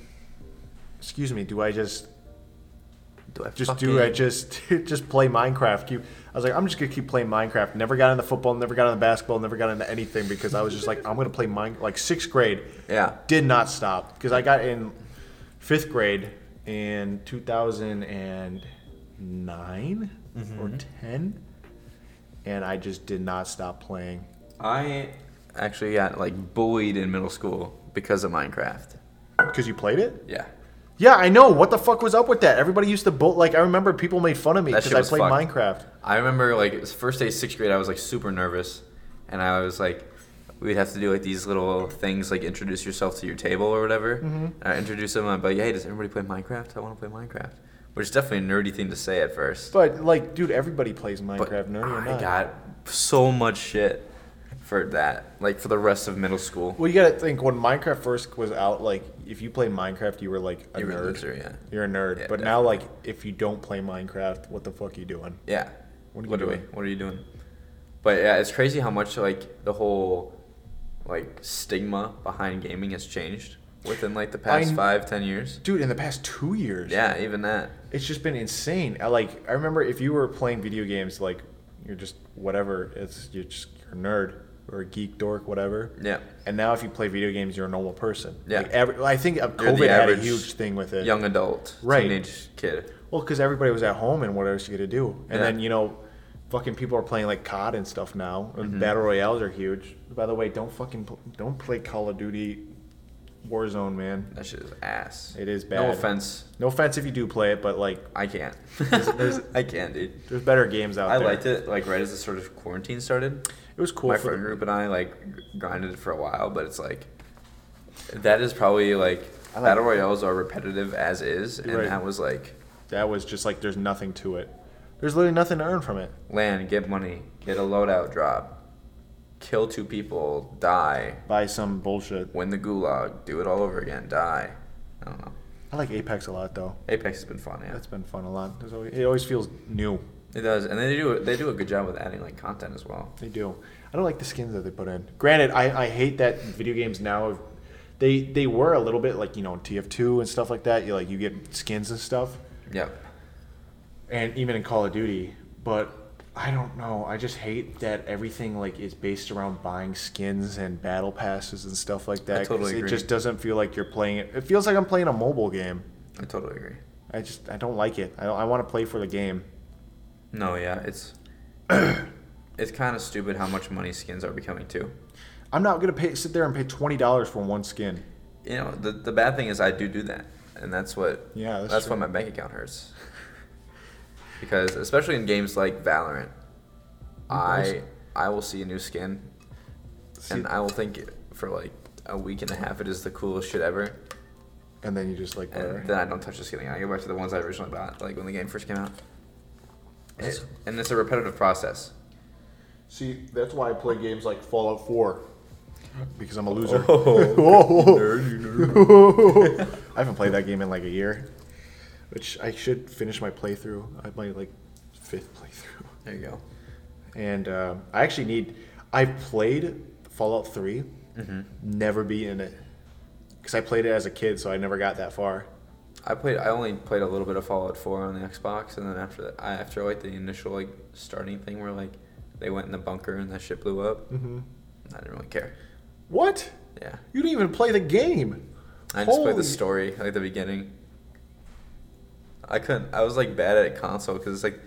[SPEAKER 2] excuse me, do I just
[SPEAKER 3] Do I
[SPEAKER 2] just do I
[SPEAKER 3] fucking-
[SPEAKER 2] (laughs) just just play Minecraft. Keep I was like, I'm just gonna keep playing Minecraft. Never got into football, never got into basketball, never got into anything because I was just like, I'm gonna play mine like sixth grade.
[SPEAKER 3] Yeah.
[SPEAKER 2] Did not stop. Because I got in fifth grade in two thousand and nine
[SPEAKER 3] Mm-hmm.
[SPEAKER 2] or ten. And I just did not stop playing.
[SPEAKER 3] I actually got like bullied in middle school because of Minecraft.
[SPEAKER 2] Because you played it?
[SPEAKER 3] Yeah.
[SPEAKER 2] Yeah, I know. What the fuck was up with that? Everybody used to bolt like I remember people made fun of me
[SPEAKER 3] That
[SPEAKER 2] because
[SPEAKER 3] shit
[SPEAKER 2] I
[SPEAKER 3] was
[SPEAKER 2] played
[SPEAKER 3] fucked.
[SPEAKER 2] Minecraft.
[SPEAKER 3] I remember like it was first day of sixth grade, I was like super nervous, and I was like, we'd have to do like these little things like introduce yourself to your table or whatever.
[SPEAKER 2] Mm-hmm.
[SPEAKER 3] And I introduced them. I'm like, hey, does everybody play Minecraft? I want to play Minecraft, which is definitely a nerdy thing to say at first.
[SPEAKER 2] But like, dude, everybody plays Minecraft.
[SPEAKER 3] But
[SPEAKER 2] no, you're
[SPEAKER 3] I
[SPEAKER 2] not.
[SPEAKER 3] got so much shit for that, like for the rest of middle school.
[SPEAKER 2] Well, you gotta think when Minecraft first was out. Like, if you played Minecraft, you were like a
[SPEAKER 3] You were a
[SPEAKER 2] nerd.
[SPEAKER 3] loser, yeah.
[SPEAKER 2] You're a nerd.
[SPEAKER 3] Yeah,
[SPEAKER 2] but now, like, if you don't play Minecraft, what the fuck are you doing?
[SPEAKER 3] Yeah.
[SPEAKER 2] What are you
[SPEAKER 3] Literally,
[SPEAKER 2] doing?
[SPEAKER 3] what are you doing? But yeah, it's crazy how much like the whole like stigma behind gaming has changed. within like the past
[SPEAKER 2] I-
[SPEAKER 3] five, ten years.
[SPEAKER 2] Dude, in the past two years,
[SPEAKER 3] Yeah, even that.
[SPEAKER 2] it's just been insane. I like I remember if you were playing video games, like you're just whatever. It's you're just you're a nerd or a geek dork, whatever.
[SPEAKER 3] Yeah.
[SPEAKER 2] And now if you play video games, you're a normal person.
[SPEAKER 3] Yeah.
[SPEAKER 2] Like every, I think uh,
[SPEAKER 3] You're the
[SPEAKER 2] COVID had a
[SPEAKER 3] average
[SPEAKER 2] huge thing with it.
[SPEAKER 3] Young adult,
[SPEAKER 2] Right.
[SPEAKER 3] teenage kid.
[SPEAKER 2] Well, because everybody was at home and what else you gonna do?
[SPEAKER 3] Yeah.
[SPEAKER 2] And then you know, fucking people are playing like COD and stuff now. And
[SPEAKER 3] Mm-hmm.
[SPEAKER 2] battle royales are huge. By the way, don't fucking pl- don't play Call of Duty, Warzone, man.
[SPEAKER 3] That shit is ass.
[SPEAKER 2] It is
[SPEAKER 3] No
[SPEAKER 2] bad.
[SPEAKER 3] offense,
[SPEAKER 2] No offense if you do play it, but like,
[SPEAKER 3] I can't. (laughs) I can't, dude.
[SPEAKER 2] there's better games out
[SPEAKER 3] I
[SPEAKER 2] there.
[SPEAKER 3] liked it. Like right as the sort of quarantine started,
[SPEAKER 2] It was cool.
[SPEAKER 3] my
[SPEAKER 2] for
[SPEAKER 3] friend group and I like gr- grinded it for a while. But it's like that is probably like,
[SPEAKER 2] I like-
[SPEAKER 3] battle royales are repetitive as is, and
[SPEAKER 2] Right.
[SPEAKER 3] that was like,
[SPEAKER 2] That was just like there's nothing to it. There's literally nothing to earn from it.
[SPEAKER 3] land, get money, get a loadout drop, kill two people, die,
[SPEAKER 2] Buy some bullshit.
[SPEAKER 3] win the gulag, do it all over again, die. I don't know.
[SPEAKER 2] I like Apex a lot though.
[SPEAKER 3] Apex has been fun, yeah.
[SPEAKER 2] That's been fun a lot. There's always, it always feels new.
[SPEAKER 3] It does, and they do they do a good job with adding like content as well.
[SPEAKER 2] They do. I don't like the skins that they put in. Granted, I, I hate that video games now. have- They they were a little bit like you know in TF2 and stuff like that. You like you get skins and stuff,
[SPEAKER 3] Yep.
[SPEAKER 2] and even in Call of Duty. But I don't know. I just hate that everything like is based around buying skins and battle passes and stuff like that. 'cause
[SPEAKER 3] totally
[SPEAKER 2] It
[SPEAKER 3] agree.
[SPEAKER 2] just doesn't feel like you're playing it. It feels like I'm playing a mobile game.
[SPEAKER 3] I totally agree.
[SPEAKER 2] I just I don't like it. I don't, I want to play for the game.
[SPEAKER 3] No, yeah, it's (coughs) it's kind of stupid how much money skins are becoming too.
[SPEAKER 2] I'm not gonna pay sit there and pay twenty dollars for one skin.
[SPEAKER 3] You know, the the bad thing is I do do that, and that's what
[SPEAKER 2] Yeah, that's
[SPEAKER 3] that's why
[SPEAKER 2] true.
[SPEAKER 3] my bank account hurts. (laughs) because especially in games like Valorant, I I will see a new skin,
[SPEAKER 2] See-
[SPEAKER 3] and I will think for like a week and a half it is the coolest shit ever,
[SPEAKER 2] and then you just like whatever.
[SPEAKER 3] and then I don't touch the skin again. I go back to the ones I originally bought, like when the game first came out. It- and it's a repetitive
[SPEAKER 2] (laughs)
[SPEAKER 3] process.
[SPEAKER 2] See, that's why I play games like Fallout 4. Because I'm a loser. Oh,
[SPEAKER 3] (laughs)
[SPEAKER 2] (laughs) I haven't played that game in like a year. Which I should finish my playthrough. I my like fifth playthrough.
[SPEAKER 3] There you go.
[SPEAKER 2] And uh, I actually need. I've played Fallout 3, never beaten it. Because I played it as a kid, so I never got that far.
[SPEAKER 3] I played. I only played a little bit of Fallout Four on the Xbox, and then after that, I, after like the initial like starting thing where like they went in the bunker and that shit blew up. Mm-hmm. I didn't really care.
[SPEAKER 2] What?
[SPEAKER 3] Yeah,
[SPEAKER 2] You didn't even play the game.
[SPEAKER 3] I just played
[SPEAKER 2] Holy-
[SPEAKER 3] the story like the beginning. I couldn't. I was like bad at console because it's like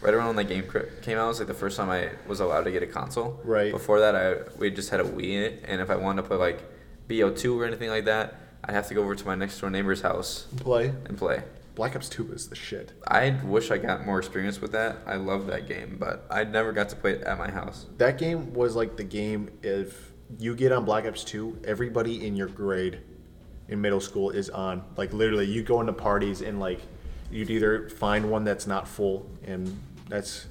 [SPEAKER 3] right around when the game cr- came out was like the first time I was allowed to get a console.
[SPEAKER 2] Right.
[SPEAKER 3] Before that, I we just had a Wii, in it, and if I wanted to play like BO2 or anything like that, I'd have to go over to my next door neighbor's house
[SPEAKER 2] Play.
[SPEAKER 3] and play.
[SPEAKER 2] Black Ops 2 is the shit.
[SPEAKER 3] I wish I got more experience with that. I love that game, but I never got to play it at my house.
[SPEAKER 2] That game was like the game if you get on Black Ops 2, everybody in your grade in middle school is on. Like literally you go into parties and like you'd either find one that's not full and that's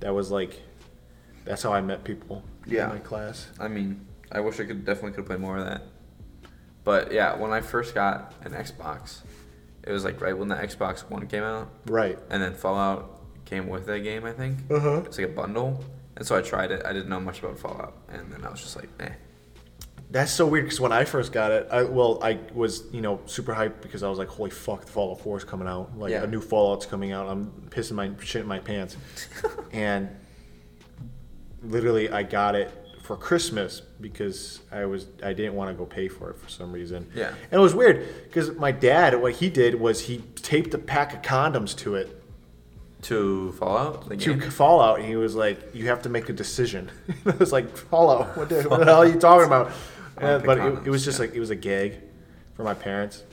[SPEAKER 2] that was like that's how I met people
[SPEAKER 3] Yeah.
[SPEAKER 2] in my class.
[SPEAKER 3] I mean, I wish I could definitely could play more of that. But yeah, when I first got an Xbox, it was like right when the Xbox One came out,
[SPEAKER 2] Right.
[SPEAKER 3] and then Fallout came with that game. I think
[SPEAKER 2] Uh-huh.
[SPEAKER 3] it's like a bundle, and so I tried it. I didn't know much about Fallout, and then I was just like, eh.
[SPEAKER 2] That's so weird because when I first got it, I well, I was you know super hyped because I was like, "Holy fuck, the Fallout 4 is coming out! Like
[SPEAKER 3] Yeah.
[SPEAKER 2] a new Fallout's coming out! I'm pissing my shit in
[SPEAKER 3] (laughs)
[SPEAKER 2] my pants." and literally, I got it for Christmas because I was I didn't want to go pay for it for some reason.
[SPEAKER 3] Yeah.
[SPEAKER 2] and it was weird because my dad, what he did was he taped a pack of condoms to it
[SPEAKER 3] To Fallout, the
[SPEAKER 2] to
[SPEAKER 3] game.
[SPEAKER 2] Fallout, and he was like, "You have to make a decision." (laughs) I was like, "Fallout? What the, what the hell are you talking about?"
[SPEAKER 3] I'll
[SPEAKER 2] Uh,
[SPEAKER 3] pick
[SPEAKER 2] but
[SPEAKER 3] on
[SPEAKER 2] it, it
[SPEAKER 3] them,
[SPEAKER 2] was just
[SPEAKER 3] yeah.
[SPEAKER 2] like it was a gag for my parents.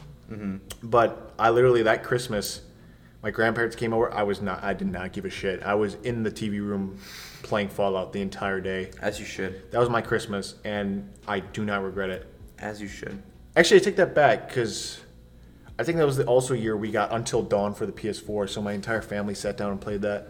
[SPEAKER 2] But I literally that Christmas, my grandparents came over. I was not. I did not give a shit. I was in the TV room playing Fallout the entire day.
[SPEAKER 3] As you should,
[SPEAKER 2] That was my Christmas, and I do not regret it.
[SPEAKER 3] as you should.
[SPEAKER 2] Actually, I take that back because I think that was the, also a year we got Until Dawn for the PS4. So my entire family sat down and played that.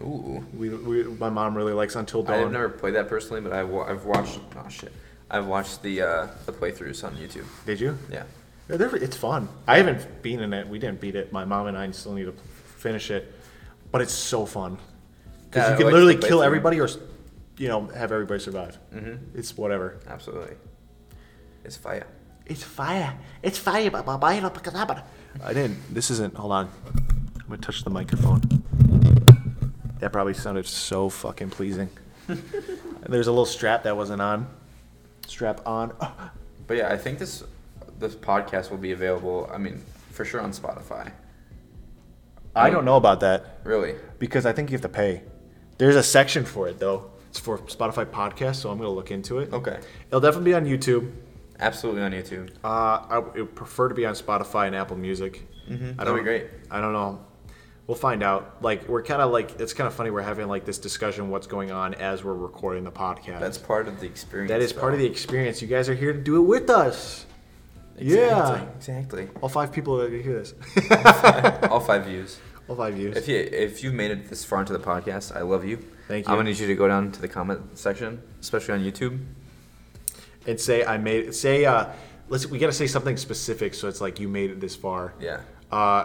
[SPEAKER 3] Ooh.
[SPEAKER 2] We, we, my mom really likes Until Dawn.
[SPEAKER 3] I've never played that personally, but I've, wa- I've watched. Oh shit! I've watched the uh, the playthroughs on YouTube.
[SPEAKER 2] Did you?
[SPEAKER 3] Yeah,
[SPEAKER 2] Yeah, they're- it's fun. I haven't beaten it. We didn't beat it. My mom and I still need to p- finish it, but it's so fun because
[SPEAKER 3] Yeah, I
[SPEAKER 2] you can
[SPEAKER 3] like
[SPEAKER 2] literally
[SPEAKER 3] the
[SPEAKER 2] kill
[SPEAKER 3] playthrough.
[SPEAKER 2] everybody or, s- you know, have everybody survive. Mm-hmm. It's whatever.
[SPEAKER 3] absolutely. It's fire.
[SPEAKER 2] It's fire. It's fire. ba- ba- ba- ba- ba- ba- I didn't. This isn't. Hold on. I'm gonna touch the microphone. That probably sounded so
[SPEAKER 3] (laughs)
[SPEAKER 2] fucking pleasing. There's a little strap that wasn't on. Strap on. (gasps)
[SPEAKER 3] But yeah, I think this this podcast will be available. I mean, for sure on Spotify.
[SPEAKER 2] I don't know about that
[SPEAKER 3] Really?
[SPEAKER 2] because I think you have to pay. There's a section for it though. It's for Spotify podcast, so I'm gonna look into it.
[SPEAKER 3] Okay.
[SPEAKER 2] It'll definitely be on YouTube.
[SPEAKER 3] Absolutely on YouTube.
[SPEAKER 2] Uh, I would prefer to be on Spotify and Apple Music. Mm-hmm. I
[SPEAKER 3] That'd
[SPEAKER 2] don't,
[SPEAKER 3] be great.
[SPEAKER 2] I don't know. We'll find out. Like we're kind of like it's kind of funny we're having like this discussion what's going on as we're recording the podcast.
[SPEAKER 3] That's part of the experience.
[SPEAKER 2] that is part of the
[SPEAKER 3] though.
[SPEAKER 2] experience. You guys are here to do it with us. Yeah.
[SPEAKER 3] Exactly. Exactly.
[SPEAKER 2] All five people that hear this. (laughs)
[SPEAKER 3] All five views.
[SPEAKER 2] All five views.
[SPEAKER 3] If you if you made it this far into the podcast, I love you.
[SPEAKER 2] Thank
[SPEAKER 3] I'm
[SPEAKER 2] you.
[SPEAKER 3] gonna need you to go down to the comment section, especially on YouTube.
[SPEAKER 2] and say I made say uh let's we gotta say something specific so it's like you made it this far.
[SPEAKER 3] Yeah.
[SPEAKER 2] Uh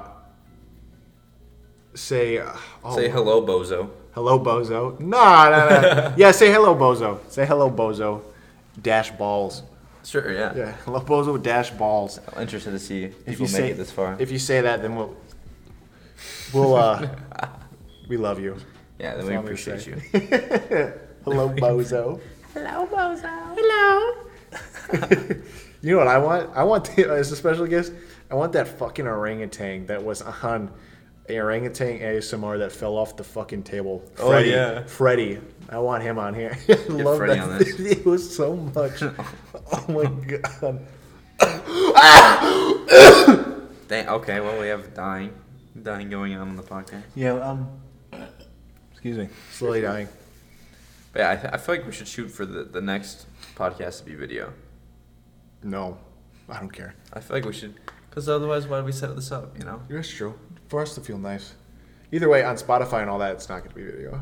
[SPEAKER 2] say uh, oh,
[SPEAKER 3] Say hello, Bozo.
[SPEAKER 2] Hello, Bozo. Nah, nah,
[SPEAKER 1] (laughs)
[SPEAKER 2] nah. yeah, say hello, Bozo. Say hello, Bozo. Dash balls.
[SPEAKER 3] Sure. Yeah.
[SPEAKER 2] Yeah, hello, Bozo. Dash balls.
[SPEAKER 1] I'm interested to see people
[SPEAKER 2] If
[SPEAKER 1] make
[SPEAKER 2] you say
[SPEAKER 1] it this far.
[SPEAKER 2] if you say that, then we'll we'll
[SPEAKER 1] (laughs)
[SPEAKER 2] uh we love you.
[SPEAKER 3] Yeah. Then
[SPEAKER 2] That's
[SPEAKER 3] we
[SPEAKER 2] all I'm gonna
[SPEAKER 3] appreciate
[SPEAKER 2] say.
[SPEAKER 3] you.
[SPEAKER 2] (laughs) Hello, Bozo.
[SPEAKER 4] Hello, Bozo.
[SPEAKER 2] Hello. (laughs) you know what I want? I want the, uh, as a special guest. I want that fucking orangutan that was on orangutan ASMR that fell off the fucking table.
[SPEAKER 3] Oh,
[SPEAKER 2] Freddy,
[SPEAKER 3] yeah.
[SPEAKER 2] Freddy. I want him on here. (laughs) I love
[SPEAKER 3] Freddy
[SPEAKER 2] that.
[SPEAKER 3] on this.
[SPEAKER 2] it was so (laughs) much. oh my god.
[SPEAKER 3] Dang, okay. Well, we have dying, dying going on on the podcast.
[SPEAKER 2] Yeah. Um. Excuse me. Slowly dying.
[SPEAKER 3] But yeah, I, th- I feel like we should shoot for the, the next podcast to be video.
[SPEAKER 2] No, I don't care.
[SPEAKER 3] I feel like we should, because otherwise, why do we set this up? You know?
[SPEAKER 2] That's true. For us to feel nice. Either way, on Spotify and all that, it's not going to be video.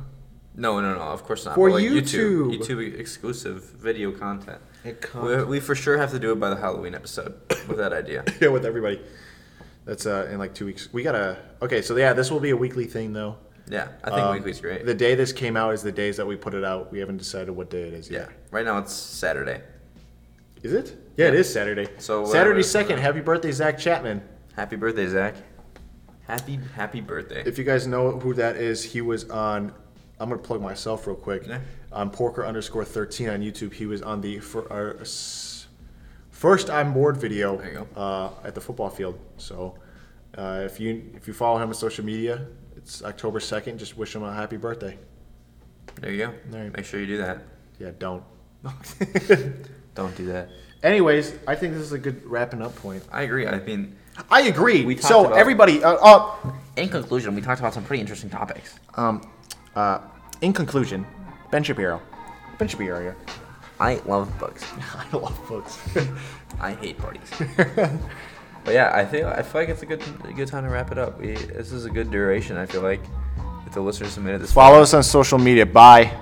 [SPEAKER 3] No, no, no. Of course not.
[SPEAKER 2] For
[SPEAKER 3] but, like,
[SPEAKER 2] YouTube.
[SPEAKER 3] YouTube, YouTube exclusive video content. We, we for sure have to do it by the Halloween episode (coughs) with that idea.
[SPEAKER 2] (laughs) yeah, with everybody. That's uh, in like two weeks. We gotta. Okay, so yeah, this will be a weekly thing though.
[SPEAKER 3] Yeah, I think
[SPEAKER 2] Um,
[SPEAKER 3] weekly's great.
[SPEAKER 2] The day this came out is the days that we put it out. We haven't decided what day it is
[SPEAKER 3] yeah.
[SPEAKER 2] yet.
[SPEAKER 3] Right now it's Saturday.
[SPEAKER 2] Is it? Yeah, it is Saturday.
[SPEAKER 3] So, whatever.
[SPEAKER 2] Saturday second. Happy birthday, Zach Chapman.
[SPEAKER 3] Happy birthday, Zach. Happy happy birthday.
[SPEAKER 2] If you guys know who that is, he was on. I'm gonna plug myself real quick.
[SPEAKER 3] Yeah.
[SPEAKER 2] On Porker underscore thirteen on YouTube, he was on the for, our s- first I'm bored video
[SPEAKER 3] There you go.
[SPEAKER 2] Uh, at the football field. So uh, if you if you follow him on social media, it's October second. Just wish him a happy birthday.
[SPEAKER 3] there you go.
[SPEAKER 2] There you-
[SPEAKER 3] Make sure you do that.
[SPEAKER 2] Yeah, (laughs) don't.
[SPEAKER 3] Don't do that.
[SPEAKER 2] Anyways, I think this is a good wrapping up point.
[SPEAKER 3] I agree. I mean,
[SPEAKER 2] I agree.
[SPEAKER 1] We talked
[SPEAKER 2] so
[SPEAKER 1] about-
[SPEAKER 2] everybody, uh, uh,
[SPEAKER 1] In conclusion, we talked about some pretty interesting topics.
[SPEAKER 2] um, uh, in conclusion, Ben Shapiro. Ben Shapiro.
[SPEAKER 1] I love books.
[SPEAKER 2] I love books.
[SPEAKER 1] (laughs) I hate parties.
[SPEAKER 3] (laughs) but yeah, I think I feel like it's a good a good time to wrap it up. We, this is a good duration. I feel like if the listeners submitted this.
[SPEAKER 2] Follow us on social media. Bye.